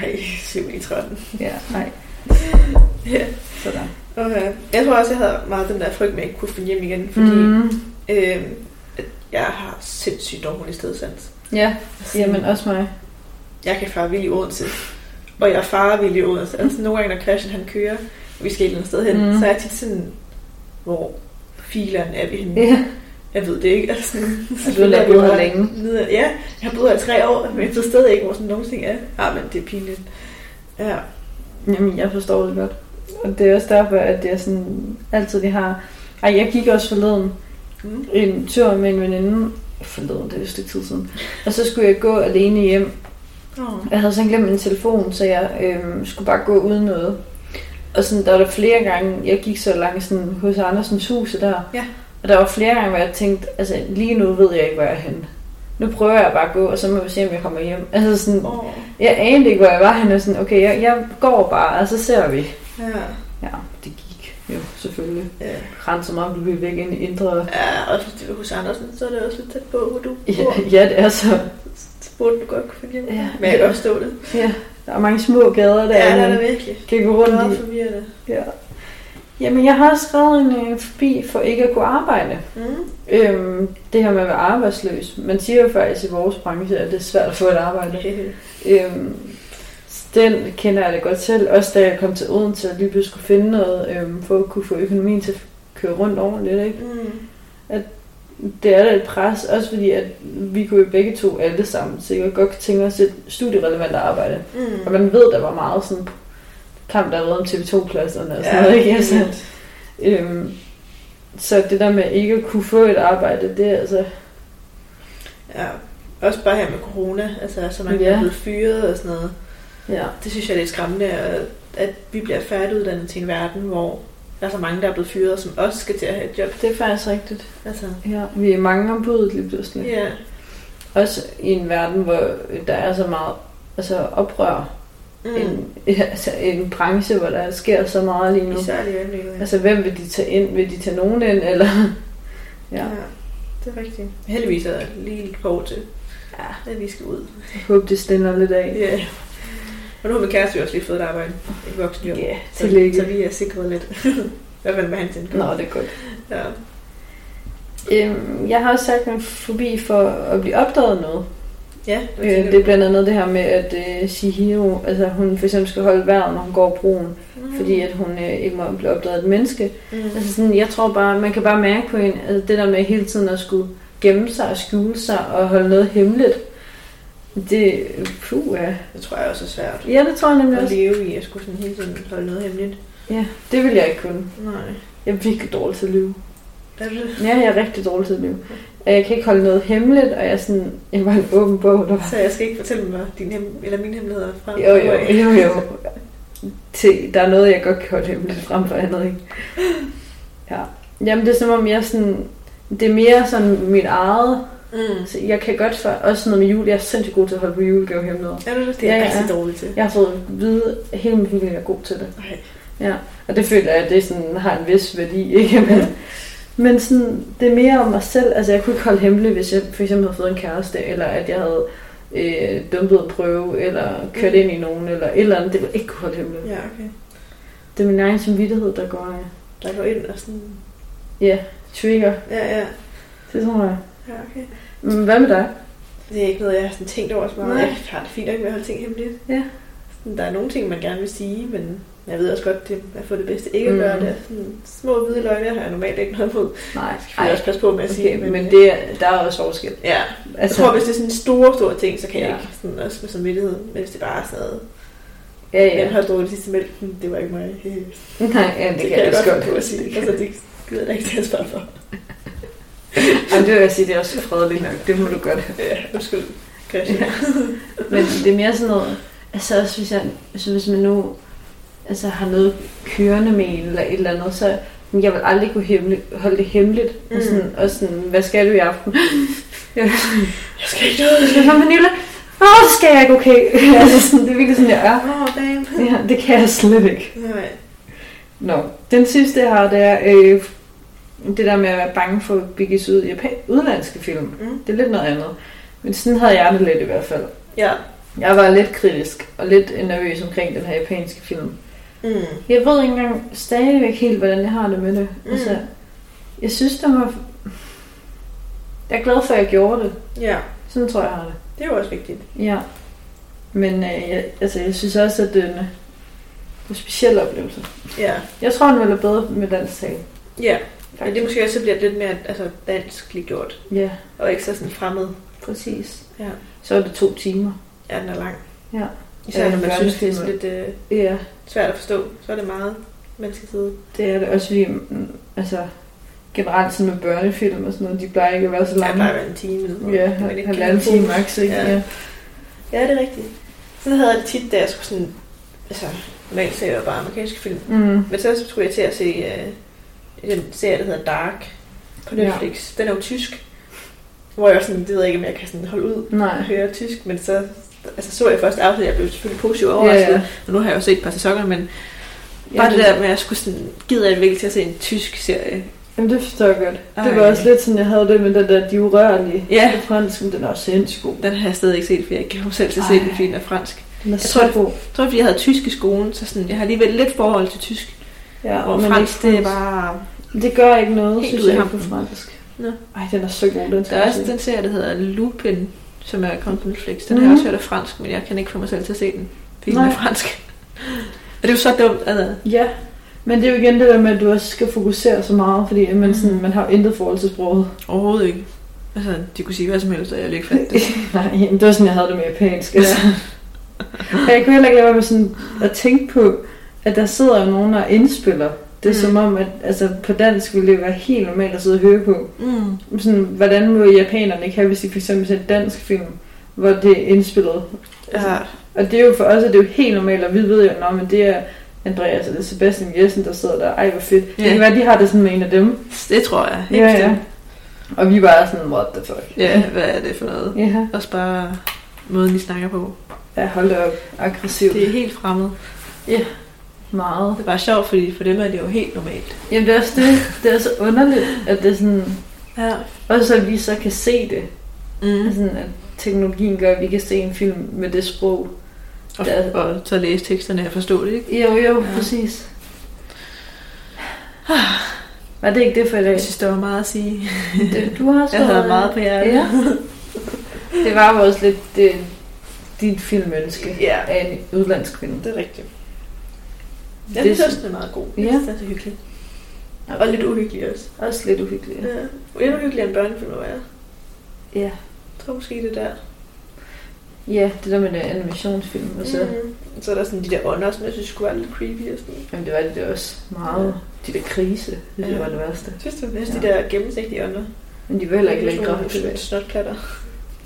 Speaker 2: Ej, 7 i 13.
Speaker 1: ja, nej. Sådan.
Speaker 2: Okay. øh, Jeg tror også, jeg havde meget den der frygt med, at jeg ikke kunne finde hjem igen, fordi
Speaker 1: Fordi,
Speaker 2: mm.
Speaker 1: mm,
Speaker 2: øh, at jeg har sindssygt dårlig stedsans.
Speaker 1: ja, jamen også mig.
Speaker 2: Jeg kan fare vild i Odense, og jeg farer vild i Odense. Altså nogle gange, når Christian han kører, og vi skal et eller andet sted hen,
Speaker 1: Mm.
Speaker 2: mm. så er jeg tit sådan, hvor fileren er vi henne?
Speaker 1: Ja,
Speaker 2: Jeg ved det ikke. Altså,
Speaker 1: og du har lavet her længe.
Speaker 2: Ja, jeg har boet her i tre år, men jeg ved stadig ikke, hvor sådan nogle ting er. Ah, men det er pinligt. Ja.
Speaker 1: Jamen, jeg forstår det godt. Og det er også derfor, at jeg sådan altid det har... Ej, jeg gik også forleden
Speaker 2: Mm.
Speaker 1: en tur med en veninde. Forleden, det er jo et stykke tid siden. Og så skulle jeg gå alene hjem.
Speaker 2: Oh.
Speaker 1: Jeg havde sådan glemt min telefon, så jeg øhm, skulle bare gå uden noget. Og sådan, der var der flere gange, jeg gik så langt sådan, hos Andersens hus der.
Speaker 2: Ja.
Speaker 1: Og der var flere gange, hvor jeg tænkte, altså lige nu ved jeg ikke, hvor jeg er henne. Nu prøver jeg bare at gå, og så må vi se, om jeg kommer hjem. Altså sådan,
Speaker 2: Oh.
Speaker 1: jeg anede ikke, hvor jeg var henne. og Sådan, okay, jeg, jeg går bare, og så ser vi.
Speaker 2: Ja.
Speaker 1: Ja, det gik jo selvfølgelig.
Speaker 2: ja.
Speaker 1: Renser mig, om du blev væk ind i indre...
Speaker 2: Ja, og hvis det var hos Andersen, så er det også lidt tæt på, hvor du
Speaker 1: Ja,
Speaker 2: bor.
Speaker 1: ja, det er så.
Speaker 2: Så burde du godt kunne finde hjem.
Speaker 1: Ja.
Speaker 2: Men jeg kan godt stå det.
Speaker 1: Ja, der er mange små gader, der,
Speaker 2: Ja, det er
Speaker 1: man
Speaker 2: det virkelig.
Speaker 1: kan gå
Speaker 2: Det er meget
Speaker 1: rundt i.
Speaker 2: forvirrende.
Speaker 1: Ja. Jamen, jeg har også skrevet en øh, forbi for ikke at kunne arbejde.
Speaker 2: Mm.
Speaker 1: Øhm, det her med at være arbejdsløs. Man siger jo faktisk i vores branche, at det er svært at få et arbejde.
Speaker 2: Okay.
Speaker 1: Øhm, den kender jeg da godt selv. Også da jeg kom til Odense og lige pludselig skulle finde noget, øhm, for at kunne få økonomien til at køre rundt ordentligt. Ikke?
Speaker 2: Mm.
Speaker 1: Det er da et pres, også fordi at vi kunne jo begge to alle sammen sikkert godt tænke os et studierelevant arbejde.
Speaker 2: Mm.
Speaker 1: Og man ved, der var meget sådan kamp, der har været om TV2-pladserne og sådan ja, noget, ikke? Altså, øhm, så det der med ikke at kunne få et arbejde, det er altså...
Speaker 2: ja. Også bare her med corona, altså så mange
Speaker 1: Ja.
Speaker 2: der er blevet fyret og sådan noget.
Speaker 1: Ja,
Speaker 2: Det synes jeg er lidt skræmmende, og at vi bliver færdiguddannet til en verden, hvor der er så mange, der er blevet fyret, som også skal til at have et job.
Speaker 1: Det er faktisk rigtigt.
Speaker 2: Altså,
Speaker 1: Ja, vi er mange om budet lige pludselig.
Speaker 2: ja.
Speaker 1: Også i en verden, hvor der er så meget altså oprør. Mm.
Speaker 2: Mm.
Speaker 1: En, altså en branche, hvor der sker så meget lige nu.
Speaker 2: Især lige i øjeblikket. ja.
Speaker 1: Altså, hvem vil de tage ind? Vil de tage nogen ind, eller... Ja,
Speaker 2: Ja, det er rigtigt. Heldigvis er der lige et par år til,
Speaker 1: ja.
Speaker 2: at vi skal ud.
Speaker 1: jeg håber, det stiller lidt af.
Speaker 2: Ja. Og nu har min kæreste jo også lige fået et arbejde. Et voksenjob.
Speaker 1: Ja,
Speaker 2: Så, så
Speaker 1: tillykke.
Speaker 2: vi er sikret lidt. I hvert fald med hans indkomst.
Speaker 1: Nå, det er godt.
Speaker 2: Ja.
Speaker 1: Øhm, jeg har også sagt mig forbi for at blive opdaget noget.
Speaker 2: ja
Speaker 1: Øh, det er blandt andet det her med, at øh, Shihiro, altså hun for eksempel skal holde vejret, når hun går broen, mm. fordi at hun øh, ikke må blive opdaget af et menneske.
Speaker 2: Mm.
Speaker 1: Altså sådan, jeg tror bare, man kan bare mærke på en, altså det der med hele tiden at skulle gemme sig og skjule sig og holde noget hemmeligt. Det, puh, ja.
Speaker 2: Det tror jeg også er svært.
Speaker 1: ja, det tror jeg nemlig
Speaker 2: At
Speaker 1: også.
Speaker 2: leve i, at skulle sådan hele tiden holde noget hemmeligt.
Speaker 1: Ja, det vil jeg ikke kunne.
Speaker 2: Nej.
Speaker 1: Jeg er virkelig dårlig til at lyve.
Speaker 2: Er det?
Speaker 1: Ja, jeg er rigtig dårlig til at lyve. Og Jeg kan ikke holde noget hemmeligt, og jeg er sådan, jeg var en åben bog, der var
Speaker 2: Så jeg skal ikke fortælle mig din hem- eller mine hemmeligheder fra
Speaker 1: Jo, jo, jo, jo. Til, der er noget, jeg godt kan holde hemmeligt frem for andet, ikke? Ja. Jamen, det er som om, jeg sådan... Det er mere sådan mit eget.
Speaker 2: Mm.
Speaker 1: Altså, jeg kan godt for... Også sådan noget med jul. Jeg er sindssygt god til at holde på julegavehemmeligheder.
Speaker 2: Er du det? Det er
Speaker 1: Ja,
Speaker 2: jeg
Speaker 1: ja.
Speaker 2: rigtig dårlig til.
Speaker 1: Jeg har fået at vide hele min familie, er god til det.
Speaker 2: Ej.
Speaker 1: Ja. Og det føler jeg, at det sådan, har en vis værdi, ikke? Men, men sådan, det er mere om mig selv. Altså, jeg kunne ikke holde hemmeligt, hvis jeg for eksempel havde fået en kæreste, eller at jeg havde øh, dumpet en prøve, eller kørt ind i nogen, eller et eller andet. Det ville jeg ikke kunne holde hemmeligt.
Speaker 2: Ja, okay.
Speaker 1: Det er min egen samvittighed, der går øh,
Speaker 2: Der går ind og sådan...
Speaker 1: trigger.
Speaker 2: Ja, ja.
Speaker 1: Det tror jeg.
Speaker 2: Ja, okay.
Speaker 1: Men Mm, hvad med dig?
Speaker 2: Det er ikke noget, jeg har sådan tænkt over så meget.
Speaker 1: Nej.
Speaker 2: Jeg har det fint nok med at holde ting hemmeligt.
Speaker 1: Ja.
Speaker 2: Sådan, der er nogle ting, man gerne vil sige, men jeg ved også godt, det er for det bedste ikke at
Speaker 1: Mm.
Speaker 2: gøre det. Sådan, små hvide løgne har jeg normalt ikke noget mod.
Speaker 1: Nej,
Speaker 2: Det skal
Speaker 1: ej,
Speaker 2: jeg også passe på med at sige.
Speaker 1: okay, men det er, der er også forskel.
Speaker 2: Ja, jeg
Speaker 1: Altså,
Speaker 2: tror, hvis det er sådan store, store ting, så kan jeg
Speaker 1: Ja.
Speaker 2: ikke sådan, også med samvittighed. Men hvis det bare er sådan noget,
Speaker 1: ja,
Speaker 2: ja.
Speaker 1: ja.
Speaker 2: jeg har drukket sidste mælk, hm, det var ikke mig. Det,
Speaker 1: Nej, ja, det, det kan jeg også godt
Speaker 2: finde på at sige. Altså, det gider jeg ikke til at svare for.
Speaker 1: Jamen, det vil jeg sige, det er også fredeligt nok. Det må du godt.
Speaker 2: Ja, undskyld. Christian. Ja.
Speaker 1: Men det er mere sådan noget, altså også hvis, jeg, altså hvis man nu altså har noget kørende med en eller et eller andet, så men jeg vil aldrig kunne hemmelig, holde det hemmeligt. Mm. Og,
Speaker 2: Mm.
Speaker 1: sådan, og sådan, hvad skal du i aften?
Speaker 2: Jeg skal ikke noget.
Speaker 1: Hvad med Nilla? Åh, det skal jeg ikke, okay. altså, sådan, det er virkelig sådan, jeg er.
Speaker 2: Åh, oh, damn.
Speaker 1: Ja, det kan jeg slet ikke.
Speaker 2: Nej.
Speaker 1: Nå, den sidste jeg har, det er øh, det der med at være bange for at blive ud japan udenlandske film.
Speaker 2: Mm.
Speaker 1: Det er lidt noget andet. Men sådan havde jeg det lidt i hvert fald.
Speaker 2: Ja.
Speaker 1: Jeg var lidt kritisk og lidt nervøs omkring den her japanske film.
Speaker 2: Mm.
Speaker 1: Jeg ved ikke engang stadigvæk helt, hvordan jeg har det med det.
Speaker 2: Mm.
Speaker 1: Altså, jeg synes, det var... Jeg er glad for, at jeg gjorde det.
Speaker 2: Ja,
Speaker 1: Sådan tror jeg, jeg har det.
Speaker 2: det er jo også vigtigt.
Speaker 1: Ja. Men øh, jeg, altså, jeg synes også, at det er en, en speciel oplevelse.
Speaker 2: Ja.
Speaker 1: Jeg tror, den ville være bedre med dansk tale.
Speaker 2: Ja, men det måske også bliver lidt mere altså, dansk gjort,
Speaker 1: Ja,
Speaker 2: og ikke så sådan fremmed.
Speaker 1: præcis.
Speaker 2: Ja.
Speaker 1: Så er det to timer.
Speaker 2: Ja, den er lang.
Speaker 1: Ja.
Speaker 2: Især
Speaker 1: Ja,
Speaker 2: når man
Speaker 1: børnefilm
Speaker 2: synes, det er
Speaker 1: er-
Speaker 2: sådan lidt øh,
Speaker 1: Ja,
Speaker 2: svært at forstå, så er det meget, man skal sidde.
Speaker 1: det er det også, fordi mm, altså, generelt sådan med børnefilm og sådan noget, de plejer ikke at være så
Speaker 2: Ja,
Speaker 1: lange.
Speaker 2: bare være en time. Eller noget,
Speaker 1: Ja,
Speaker 2: hvor man ikke kan
Speaker 1: halvanden
Speaker 2: fokus.
Speaker 1: time max, ikke?
Speaker 2: Ja.
Speaker 1: Ja.
Speaker 2: Ja, det er rigtigt. Sådan havde jeg det tit, da jeg skulle sådan, altså, normalt ser jeg jo bare amerikanske film.
Speaker 1: Mm.
Speaker 2: Men så skulle jeg til at se øh, den serie, der hedder Dark på
Speaker 1: Ja.
Speaker 2: Netflix. Den er jo tysk, hvor jeg var sådan, det ved jeg ikke, om jeg kan sådan holde ud
Speaker 1: Nej.
Speaker 2: at høre tysk, men så altså, så jeg første afsnit, jeg blev selvfølgelig positivt
Speaker 1: Ja,
Speaker 2: overrasket,
Speaker 1: ja.
Speaker 2: og nu har jeg jo set et par sæsoner, men
Speaker 1: Ja,
Speaker 2: Bare det der med, at jeg skulle sådan, gider jeg virkelig til at se en tysk serie?
Speaker 1: Jamen, det forstår jeg godt. Det
Speaker 2: Ej.
Speaker 1: var også lidt sådan, jeg havde det med den der De Urørlige.
Speaker 2: Ja.
Speaker 1: Det franske, men den er også sindssygt god.
Speaker 2: Den har jeg stadig ikke set, for jeg ikke kan huske selv til at
Speaker 1: Ej.
Speaker 2: se den, fordi den er fransk.
Speaker 1: Den er
Speaker 2: Jeg
Speaker 1: så
Speaker 2: tror, det-
Speaker 1: god.
Speaker 2: Jeg tror, fordi jeg havde tysk i skolen, så sådan, jeg har alligevel lidt forhold til tysk.
Speaker 1: Ja,
Speaker 2: Hvor
Speaker 1: men
Speaker 2: fransk,
Speaker 1: ikke
Speaker 2: det er
Speaker 1: fransk.
Speaker 2: bare...
Speaker 1: Det gør ikke noget,
Speaker 2: Helt
Speaker 1: synes
Speaker 2: ud i
Speaker 1: jeg, ikke
Speaker 2: hampen.
Speaker 1: på fransk.
Speaker 2: Nå.
Speaker 1: Ej, den er så god, den
Speaker 2: Der
Speaker 1: skal
Speaker 2: er
Speaker 1: jeg
Speaker 2: også
Speaker 1: se.
Speaker 2: den serie, der hedder Lupin, som er kommet på Netflix. Den har jeg
Speaker 1: Mhm.
Speaker 2: også hørt af fransk, men jeg kan ikke få mig selv til at se den, fordi den er
Speaker 1: Nej.
Speaker 2: fransk. Og det er jo så dumt, altså.
Speaker 1: Ja, men det er jo igen det der med, at du også skal fokusere så meget, fordi at
Speaker 2: Mhm.
Speaker 1: man, sådan, man har jo intet forhold til sproget.
Speaker 2: Overhovedet ikke. Altså, de kunne sige hvad som helst, og jeg ville ikke fandt det.
Speaker 1: Nej, jamen, det var sådan, jeg havde det med japansk. Altså. Og jeg kunne heller ikke lade være med sådan at tænke på, at der sidder jo nogen og indspiller. Det er
Speaker 2: Mm.
Speaker 1: mm. som om, at altså, på dansk ville det være helt normalt at sidde og høre på.
Speaker 2: Mm.
Speaker 1: Sådan, hvordan må japanerne ikke have, hvis de for eksempel ser en dansk film, hvor det er indspillet? Altså,
Speaker 2: Ja. Altså,
Speaker 1: Og det er jo for os, at det er jo helt normalt, og vi ved jo, at det er Andreas eller Sebastian Jessen, der sidder der. Ej, hvor fedt. Yeah.
Speaker 2: Ja.
Speaker 1: Det kan være, de har det sådan med en af dem.
Speaker 2: Det tror jeg.
Speaker 1: Ja,
Speaker 2: Helt
Speaker 1: ja.
Speaker 2: bestemt.
Speaker 1: Og vi bare er sådan, what the fuck.
Speaker 2: ja, hvad er det for noget?
Speaker 1: Ja,
Speaker 2: Også bare måden, de snakker på.
Speaker 1: ja hold da op. Aggressivt.
Speaker 2: Det er helt fremmed.
Speaker 1: Meget.
Speaker 2: Det er bare sjovt, fordi for dem er det jo helt normalt.
Speaker 1: Jamen det er også det. Det er så underligt, at det er sådan...
Speaker 2: Ja.
Speaker 1: Også at vi så kan se det.
Speaker 2: Mm.
Speaker 1: Sådan, at teknologien gør, at vi kan se en film med det sprog.
Speaker 2: Og,
Speaker 1: Ja.
Speaker 2: og så læse teksterne og forstå det, ikke?
Speaker 1: Jo, jo,
Speaker 2: Ja.
Speaker 1: ja. præcis. Var det ikke det for i dag?
Speaker 2: Jeg synes, der var meget at sige.
Speaker 1: Det, du har også
Speaker 2: Jeg havde
Speaker 1: været-
Speaker 2: meget på hjertet.
Speaker 1: Ja. Det var jo også lidt det, dit filmønske
Speaker 2: Ja.
Speaker 1: af en udlandsk kvinde.
Speaker 2: Det er rigtigt.
Speaker 1: Jeg synes også,
Speaker 2: den er meget god.
Speaker 1: Jeg synes,
Speaker 2: den er så hyggelig.
Speaker 1: Og lidt,
Speaker 2: uhyggelig også.
Speaker 1: også lidt uhyggeligt.
Speaker 2: Ja. Endnu hyggeligere end børnefilm, var jeg.
Speaker 1: Ja.
Speaker 2: Jeg tror måske det der.
Speaker 1: Ja, det der med det animationsfilm. Og så, mm.
Speaker 2: Mm. Så er der sådan de der ånder, som jeg synes skulle være lidt creepy og sådan noget.
Speaker 1: Jamen det var det der også meget. De der krise, det
Speaker 2: Ja.
Speaker 1: ja. var det værste.
Speaker 2: Jeg synes, det var
Speaker 1: Ja.
Speaker 2: de der gennemsigtige ånder.
Speaker 1: Men de vil heller ikke lægge grafisk
Speaker 2: tilbage.
Speaker 1: tilbage.
Speaker 2: Snotklatter.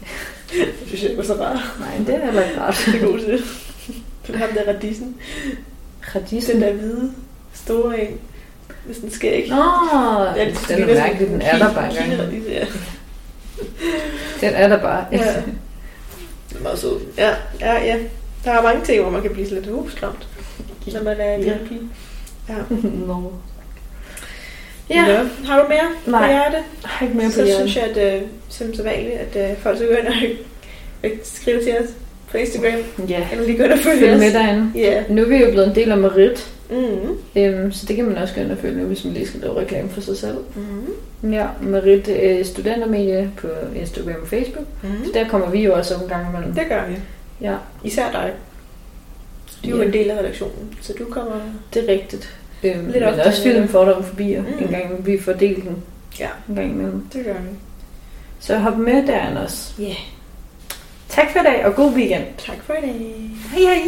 Speaker 2: det synes jeg ikke var så rart.
Speaker 1: Nej, det er heller ikke rart.
Speaker 2: Det er god til. Den ham der radisen.
Speaker 1: Radisen.
Speaker 2: Den der hvide, store en. Med sådan en skæg.
Speaker 1: Nå, ja,
Speaker 2: synes,
Speaker 1: den
Speaker 2: ligner
Speaker 1: er
Speaker 2: sådan
Speaker 1: mærkelig,
Speaker 2: en
Speaker 1: den er
Speaker 2: kina-
Speaker 1: der bare engang.
Speaker 2: kinaradis, Ja.
Speaker 1: Den er der bare.
Speaker 2: Ja. Det er meget sød. Ja, ja, ja. Der er mange ting, hvor man kan blive sådan lidt husklamt, når man er en lille pige.
Speaker 1: Nå.
Speaker 2: Ja. Nå. Har du mere på
Speaker 1: Nej.
Speaker 2: hjerte?
Speaker 1: Jeg har ikke mere på
Speaker 2: så
Speaker 1: hjernen.
Speaker 2: synes jeg, at øh, som så vanligt, at øh, folk skal gå ind og- og skrive til os på Instagram,
Speaker 1: Ja,
Speaker 2: eller lige gå ind og følge
Speaker 1: følg
Speaker 2: os.
Speaker 1: med derinde.
Speaker 2: Ja.
Speaker 1: Nu er vi jo blevet en del af Merit,
Speaker 2: Mm.
Speaker 1: øhm, så det kan man også gøre og følge nu, hvis man lige skal lave reklame for sig selv.
Speaker 2: Mm.
Speaker 1: Ja, Merit øh, Studentermedie på Instagram og Facebook.
Speaker 2: Mm.
Speaker 1: Der kommer vi jo også om en gang imellem.
Speaker 2: Det gør vi.
Speaker 1: Ja,
Speaker 2: Især dig. Du er jo
Speaker 1: Ja.
Speaker 2: en del af redaktionen, så du kommer...
Speaker 1: det er rigtigt. Øhm,
Speaker 2: Lidt
Speaker 1: Lidt
Speaker 2: oftere,
Speaker 1: men også
Speaker 2: ja.
Speaker 1: film fordomme forbi, og
Speaker 2: Mm.
Speaker 1: en gang vi får delt den.
Speaker 2: Ja.
Speaker 1: En gang imellem.
Speaker 2: Det gør vi.
Speaker 1: Så hop med derinde også.
Speaker 2: Ja.
Speaker 1: Tak for i dag, og god weekend.
Speaker 2: Tak for i dag.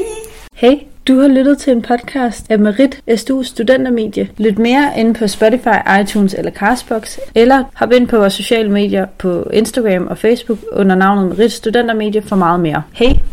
Speaker 1: Hey, du har lyttet til en podcast af Merit SDU Studentermedie. Lyt mere inde på Spotify, iTunes eller Castbox, eller hop ind på vores sociale medier på Instagram og Facebook under navnet Merit Studentermedie for meget mere. Hej!